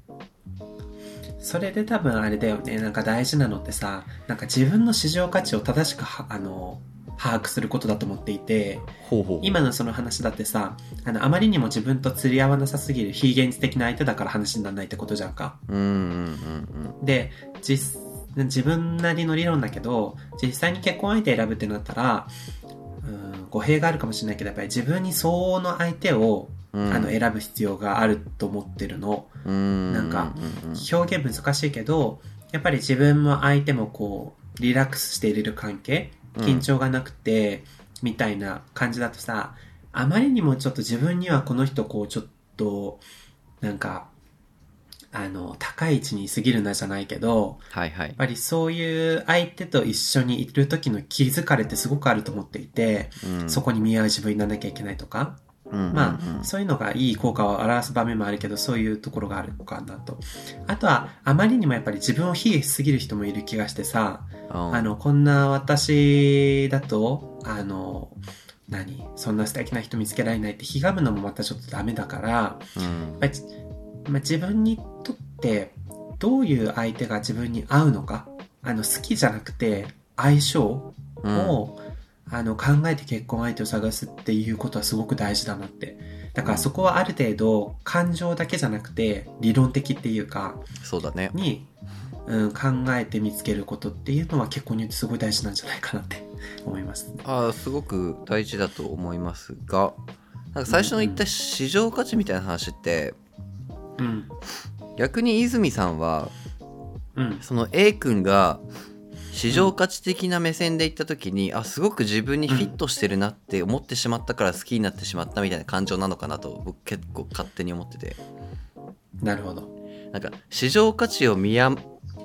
それで多分あれだよねなんか大事なのってさなんか自分の市場価値を正しくはあの把握することだと思っていてほうほう今のその話だってさあのあまりにも自分と釣り合わなさすぎる非現実的な相手だから話にならないってことじゃんかうんうんで実自分なりの理論だけど実際に結婚相手選ぶってなったらうん語弊があるかもしれないけどやっぱり自分に相応の相手を、うんうんあの選ぶ必要があると思ってるの。うんなんかうんうん表現難しいけどやっぱり自分も相手もこうリラックスしていれる関係緊張がなくて、みたいな感じだとさあまりにもちょっと自分にはこの人こうちょっとなんかあの高い位置に過ぎるなじゃないけどはいはやいっぱりそういう相手と一緒にいる時の気づかれってすごくあると思っていて、そこに見合う自分にならなきゃいけないとか、まあ、そういうのがいい効果を表す場面もあるけど、そういうところがあるのかなと。あとは、あまりにもやっぱり自分を卑下しすぎる人もいる気がしてさ、ああの、こんな私だと、あの、何そんな素敵な人見つけられないってひがむのもまたちょっとダメだから、やっぱり、まあ、自分にとって、どういう相手が自分に合うのか、あの、好きじゃなくて、相性を、あの考えて結婚相手を探すっていうことはすごく大事だなってだからそこはある程度感情だけじゃなくて理論的っていうかそうだねに、うん、考えて見つけることっていうのは結婚によってすごい大事なんじゃないかなって (laughs) 思いますね。あーすごく大事だと思いますがなんか最初の言った市場価値みたいな話ってうん逆に泉さんはうんその A 君が市場価値的な目線で行った時に、あすごく自分にフィットしてるなって思ってしまったから好きになってしまったみたいな感情なのかなと僕結構勝手に思っててなるほど。なんか市場価値を見や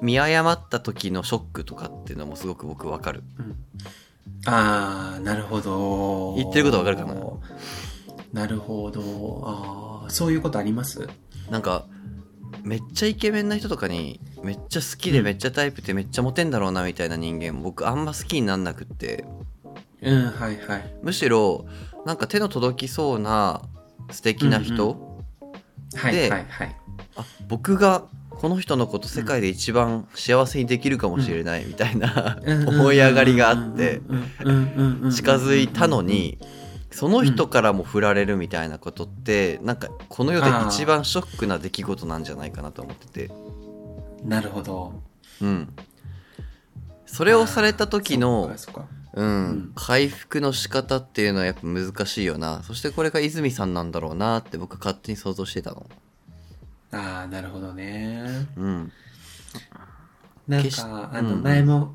見誤った時のショックとかっていうのもすごく僕わかるうん、あーなるほど。言ってることわかるかななるほど。あーそういうことありますなんかめっちゃイケメンな人とかにめっちゃ好きでめっちゃタイプでめっちゃモテんだろうなみたいな人間僕あんま好きになんなくってうんはいはい。むしろなんか手の届きそうな素敵な人、うんはいはいはい。あ僕がこの人のこと世界で一番幸せにできるかもしれないみたいな思い上がりがあって近近づいたのにその人からも振られるみたいなことってなんかこの世で一番ショックな出来事なんじゃないかなと思っててなるほどうんそこれをされた時のううんん回復の仕方っていうのはやっぱ難しいよなそしてこれが泉さんなんだろうなって僕勝手に想像してたのああなるほどねうんなん決しかあのうん前も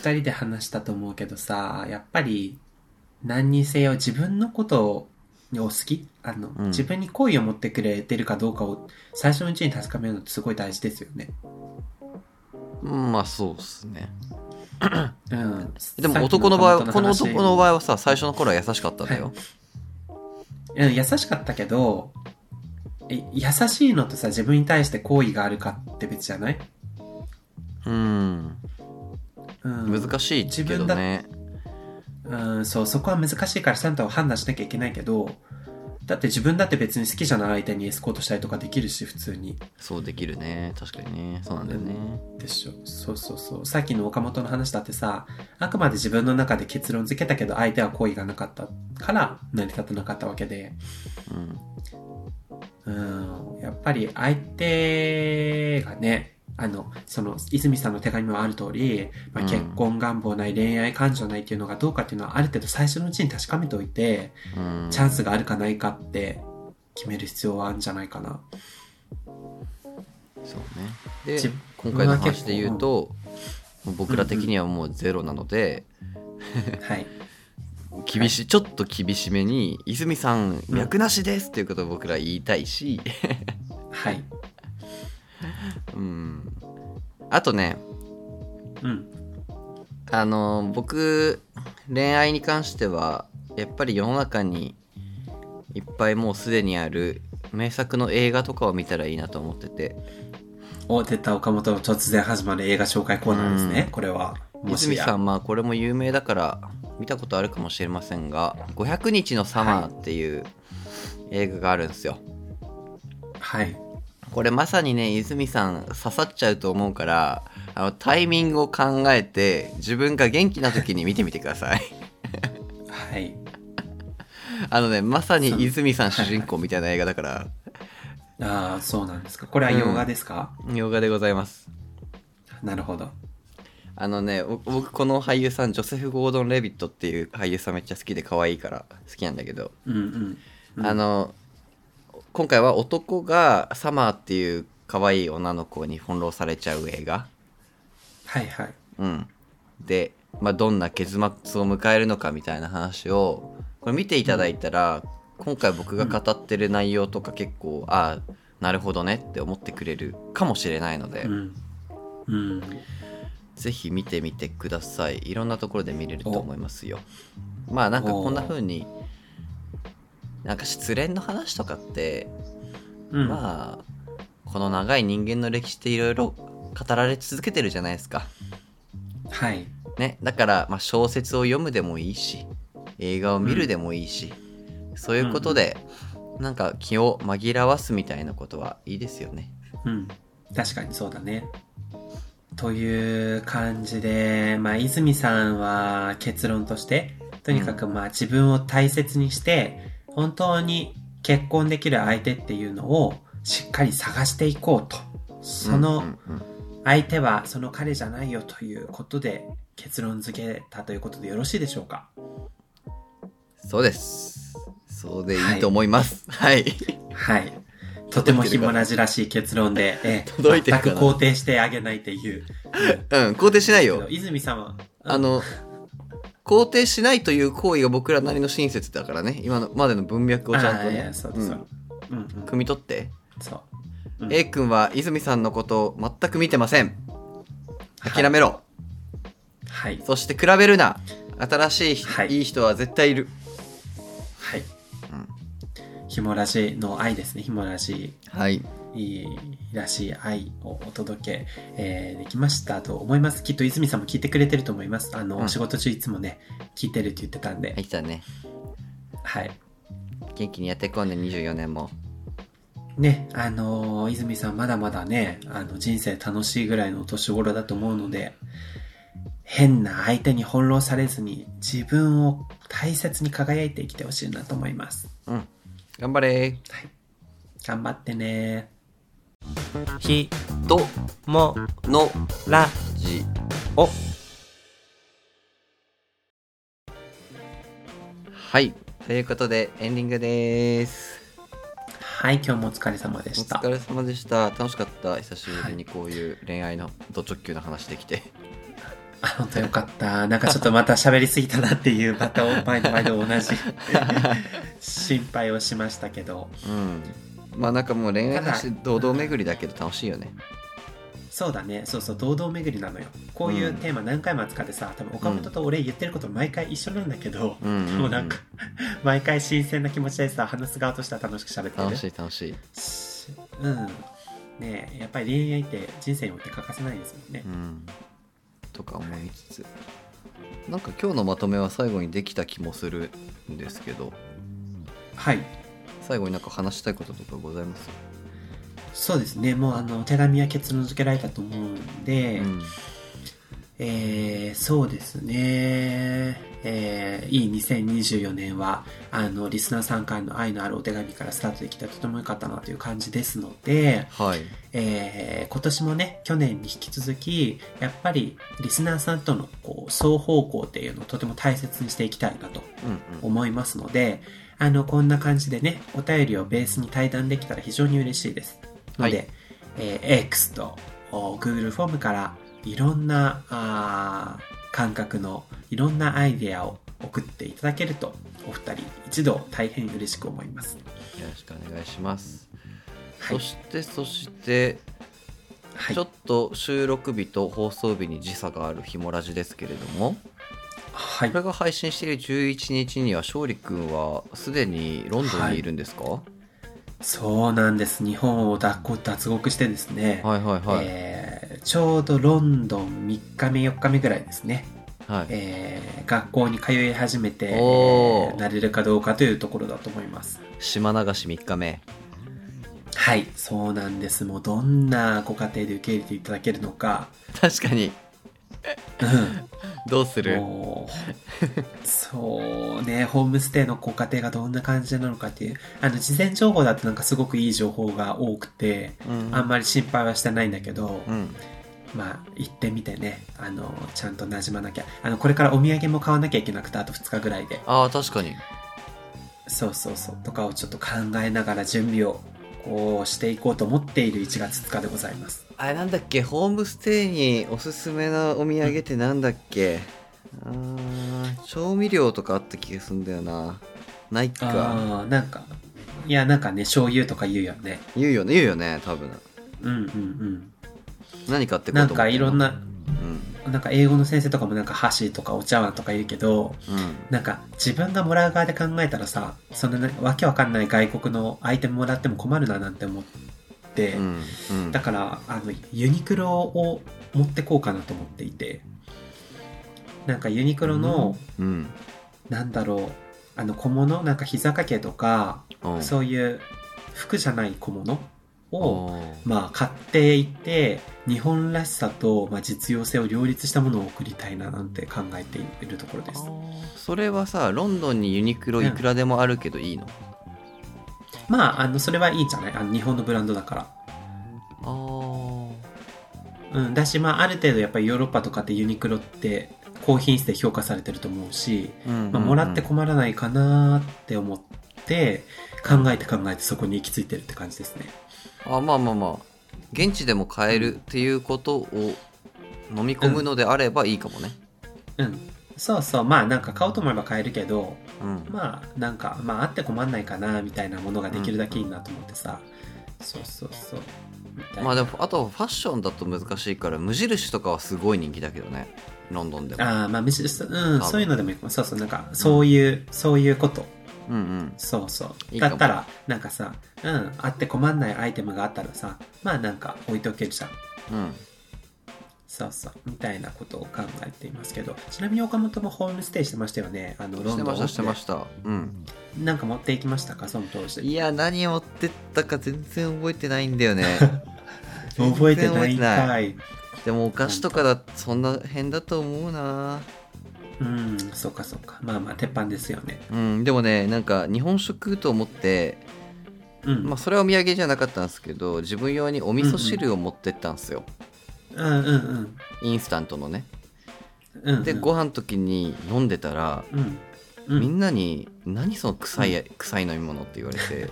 2人で話したと思うけどさやっぱり何にせよ自分のことを好きあの、うん自分に好意を持ってくれてるかどうかを最初のうちに確かめるのってすごい大事ですよね。うんまあそうっすねうん、でも男の場合さっきはこのたまた話男の場合はさ最初の頃は優しかったんだよ、うん、優しかったけどえ優しいのとさ自分に対して好意があるかって別じゃない、うんうん、難しいけどねうん、そう、そこは難しいからちゃんと判断しなきゃいけないけど、だって自分だって別に好きじゃない相手にエスコートしたりとかできるし、普通に。そうできるね確かにねそうなんだよねでしょ。そうそうそう。さっきの岡本の話だってさ、あくまで自分の中で結論付けたけど、相手は好意がなかったから成り立たなかったわけで。うんうん。やっぱり相手がね、あの、その、泉さんの手紙もある通り、まあ、うん結婚願望ない、恋愛感情ないっていうのがどうかっていうのはある程度最初のうちに確かめておいて、うんチャンスがあるかないかって決める必要はあるんじゃないかな。そうねで自分今回の話で言うともう僕ら的にはもうゼロなので、はい。厳しいちょっと厳しめに「泉さん脈なしです」っていうことを僕ら言いたいし、 (laughs) はい。うん、あとねうん。あの僕恋愛に関してはやっぱり世の中にいっぱいもうすでにある名作の映画とかを見たらいいなと思っててお、出た岡本の突然始まる映画紹介コーナーですね。うんこれは。もし泉やさんまあこれも有名だから見たことあるかもしれませんが「500日のサマー」っていう映画があるんですよ。はい。これまさにね泉さん刺さっちゃうと思うからあのタイミングを考えて自分が元気な時に見てみてくださいはい。あのねまさそうに泉さん主人公みたいな映画だからああ、そうなんですか。これは洋画ですか、洋画でございますなるほど。あのねぼ僕この俳優さんジョセフ・ゴードン・レビットっていう俳優さんめっちゃ好きで可愛いから好きなんだけど、うんうん。うんあ、の今回は男がサマーっていう可愛い女の子に翻弄されちゃう映画はいはい。うん、で、まあ、どんな結末を迎えるのかみたいな話をこれ見ていただいたら、今回僕が語ってる内容とか結構、ああなるほどねって思ってくれるかもしれないので、うん。うん。ぜひ見てみてくださいいろんなところで見れると思いますよまあなんかこんな風になんか失恋の話とかって、うん。まあこの長い人間の歴史っていろいろ語られ続けてるじゃないですかはい。ね、だから、まあ、小説を読むでもいいし映画を見るでもいいし、そういうことで、なんか気を紛らわすみたいなことはいいですよね。うん。確かにそうだね。という感じで、まあ、泉さんは結論として、とにかくまあ自分を大切にして、本当に結婚できる相手っていうのをしっかり探していこうと。そうんのうん相手はその彼じゃないよということで結論付けたということでよろしいでしょうかうんそうです。そうでいいと思います。はい。はい。とてもヒモラジらしい結論で、ええ (laughs) 届いてる全かくな肯定してあげないっていう。うんうん、肯定しないよ。泉さんは、あの、肯定しないという行為が僕らなりの親切だからね、今のまでの文脈をちゃんとあーいやね、そううそんう。うん、うん、汲み取って。そう。うん A 君は泉さんのことを全く見てません。諦めろ。はい。そして比べるな新しい人、はいい、い人は絶対いるはい。うんひもらしの愛ですね。ひもらしはいいらしい愛をお届け、えーできましたと思います。きっと泉さんも聞いてくれてると思います。あの、うん仕事中いつもね、聞いてるって言ってたんであ。きちゃんねはい。元気にやっていこうね24年もね、あのー泉さんまだまだね、あの、人生楽しいぐらいのお年頃だと思うので、変な相手に翻弄されずに、自分を大切に輝いて生きてほしいなと思います。うん頑張れはい。頑張ってねひとものラジオはいということでエンディングですはい、今日もお疲れ様でおした。疲れ様でした楽しかった久しぶりにこういう恋愛のド直球の話できてあ、本当よかった。なんかちょっとまた喋りすぎたなっていう、また毎度毎 (laughs) 度同じ心配をしましたけど。うんまあなんかもう恋愛の話堂々巡りだけど楽しいよねそうだね、そうそう、堂々巡りなのよ。こういうテーマ何回も扱ってさ、多分岡本と俺言ってること毎回一緒なんだけど、うんうんうんもうなんか、毎回新鮮な気持ちでさ、話す側としては楽しく喋ってる。楽しい楽しいしうん。ねえやっぱり恋愛って人生において欠かせないですもんねう。ん、とか思いつつなんか今日のまとめは最後にできた気もするんですけどはい。最後になんか話したいこととかございます、そうですねもうあの手紙は結論付けられたと思うんで、うんえーそうですね、えーいい2024年はあのリスナーさんからの愛のあるお手紙からスタートできたらとても良かったなという感じですので、はいえー今年もね去年に引き続きやっぱりリスナーさんとのこう双方向っていうのをとても大切にしていきたいなとうんうん思いますのであのこんな感じでねお便りをベースに対談できたら非常に嬉しいですので、はいえー X とお Google フォームからいろんなあー感覚のいろんなアイデアを送っていただけるとお二人一同大変嬉しく思いますよろしくお願いします、はいそしてそして、はいちょっと収録日と放送日に時差がある日もラジですけれどもはいこれが配信している11日には勝利くんはすでにロンドンにいるんですか、はそうなんです日本を脱獄脱獄してですね、い、はいはいはい、えーちょうどロンドン3日目4日目ぐらいですねはいえー学校に通い始めて、えおーーなれるかどうかというところだと思います島流し3日目はいそうなんですもうどんなご家庭で受け入れていただけるのか、確かにう (laughs) どうすん、るもう (laughs) そうねホームステイのご家庭がどんな感じなのかっていうあの事前情報だとなんかすごくいい情報が多くてうんあんまり心配はしてないんだけど、うんまあ行ってみてねあのちゃんと馴染まなきゃあのこれからお土産も買わなきゃいけなくてあと2日ぐらいでああ確かにそうそうそうとかをちょっと考えながら準備をこうしていこうと思っている1月2日でございますあれなんだっけホームステイにおすすめのお土産ってなんだっけあー調味料とかあった気がするんだよなないかあーなんかいやなんかね醤油とか言うよね言うよね言うよね多分うんうんうん何かってこなと思んってかいろんなうんなんか英語の先生とかもなんか箸とかお茶碗とか言うけどうんなんか自分がもらう側で考えたらさそんなわけわかんない外国のアイテムもらっても困るななんて思って、うんうんだからあのユニクロを持ってこうかなと思っていてなんかユニクロの、うんなんだろうあの小物なんか膝掛けとか、うんそういう服じゃない小物を、おーまあ、買っていって日本らしさと、まあ、実用性を両立したものを送りたいななんて考えているところですそれはさロンドンにユニクロいくらでもあるけどいいの、まああのそれはいいんじゃないあの日本のブランドだから。うん、だし、まあ、ある程度やっぱりヨーロッパとかってユニクロって高品質で評価されてると思うし、ああ、うんうんうんまあ、もらって困らないかなって思って考えて考えてそこに行き着いてるって感じですね。あまあまあまあ現地でも買えるっていうことを飲み込むのであればいいかもね、うん。そうそう。まあなんか買おうと思えば買えるけど、うんまあなんか、まああって困んないかなみたいなものができるだけいいなと思ってさ。そうそうそう。みたいな。まあでもあとファッションだと難しいから無印とかはすごい人気だけどねロンドンでもあーまあむしろそうう多ん、分そういうのでもいいかもそうそうなんかそういう、そういうことうんうんそうそういいかだもったらなんかさうんあって困んないアイテムがあったらさまあなんか置いておけるじゃんうんそうそうみたいなことを考えていますけどちなみに岡本もホームステイしてましたよねあのロしンてドンましたでしてましたうんなんか持っていきましたかその当時いや何持ってったか全然覚えてないんだよね (laughs) 覚えてないん全然覚かいでもお菓子とかだそんな変だと思うなうんそっかそっかまあまあ鉄板ですよねうんでもねなんか日本食と思ってうん、まあそれはお土産じゃなかったんですけど自分用にお味噌汁を持ってったんですよ、うんうんうんインスタントのねうんうんでご飯の時に飲んでたらうんうんみんなに「何その臭い、臭い飲み物」って言われ (laughs) て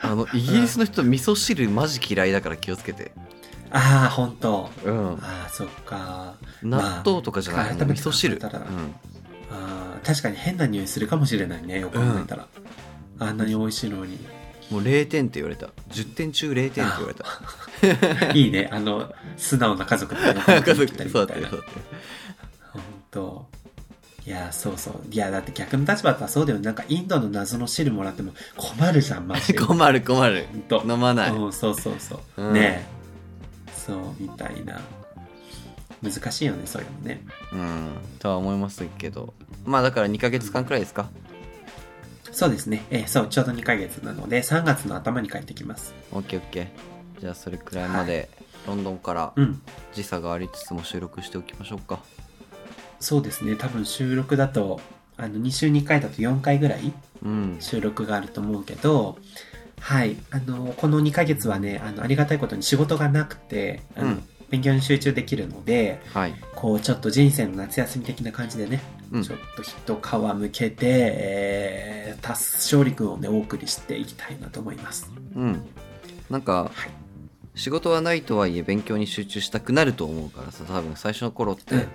あのイギリスの人味噌汁マジ嫌いだから気をつけて、ああ本当うん、ああそっか納豆とかじゃない、まあもう味噌汁、改めて考うあー確かに変な匂いするかもしれないねよく考えたら、あんなに美味しいのにん、もう0点って言われた10点中0点って言われたいいねあの素直な家族だね (laughs) 家本族当にそうだったよほそんうだったよといやそうそういやだって逆の立場だったらそうだよねなんかインドの謎の汁もらっても困るじゃんマ (laughs) ジで困る困るほんと飲まない、うん、そうそうそう、うんねえそうみたいな難しいよねそういうのねうん、とは思いますけどまあだから2ヶ月間くらいですか、そうですね。えーそう、ちょうど2ヶ月なので、3月の頭に帰ってきます。オッケーオッケーじゃあそれくらいまで、ロンドンからうん。時差がありつつも収録しておきましょうかそうですね。多分収録だと、あの、2週2回だと4回ぐらいうん収録があると思うけど、はい。あの、この2ヶ月はね、あの、ありがたいことに仕事がなくて、あのうん勉強に集中できるので、はいこう、ちょっと人生の夏休み的な感じでね、うんちょっと一皮むけて、えー、た勝利君をね、お送りしていきたいなと思います。うんなんかはい仕事はないとはいえ勉強に集中したくなると思うからさ多分最初の頃って、うん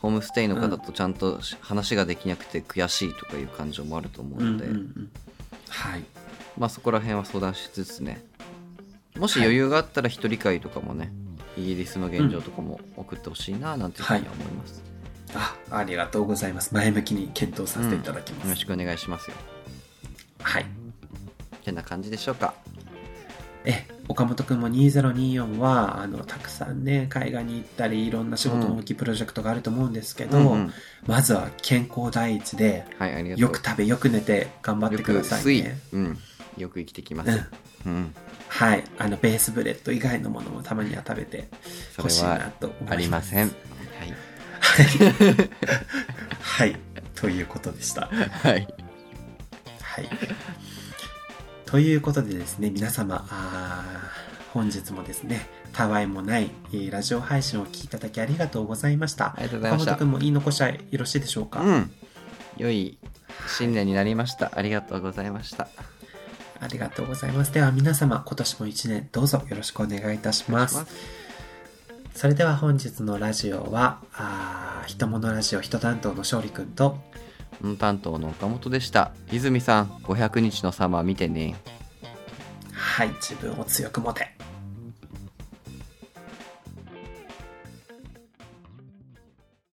ホームステイの方とちゃんとし話ができなくて悔しいとかいう感情もあると思ううんうんので、うん。はい。まあそこら辺は相談しつつねもし余裕があったら一人会とかもねイギリスの現状とかも送ってほしいななんていうふうには思います、あありがとうございます。前向きに検討させていただきます。よろしくお願いしますよはい。てな感じでしょうかえ、岡本くんも2024は、あの、たくさんね、海外に行ったり、いろんな仕事の大きいプロジェクトがあると思うんですけど、うんうんまずは健康第一で、はいありがとうよく食べ、よく寝て頑張ってくださいよね。くうんよく生きてきまうすん、うんはい。あの、ベースブレッド以外のものもたまには食べてそほれしいなはと思います。ありませんははい。ということでした。いはいはい。ということでですね、皆様、あー本日もですね、たわいもない、えーラジオ配信をお聞きいただきありがとうございましたあ。りがとうござい岡まし本たくんも言い残しはよろしいでしょうか、うん良い新年になりましたありがとうございましたありがとうございます。では皆様、今年も一年どうぞよろしくお願いいたします。それでは本日のラジオは、あー人物ラジオ人担当の勝利くんと、担当の岡本でした泉さん500日のサマー見てねはい、自分を強く持て。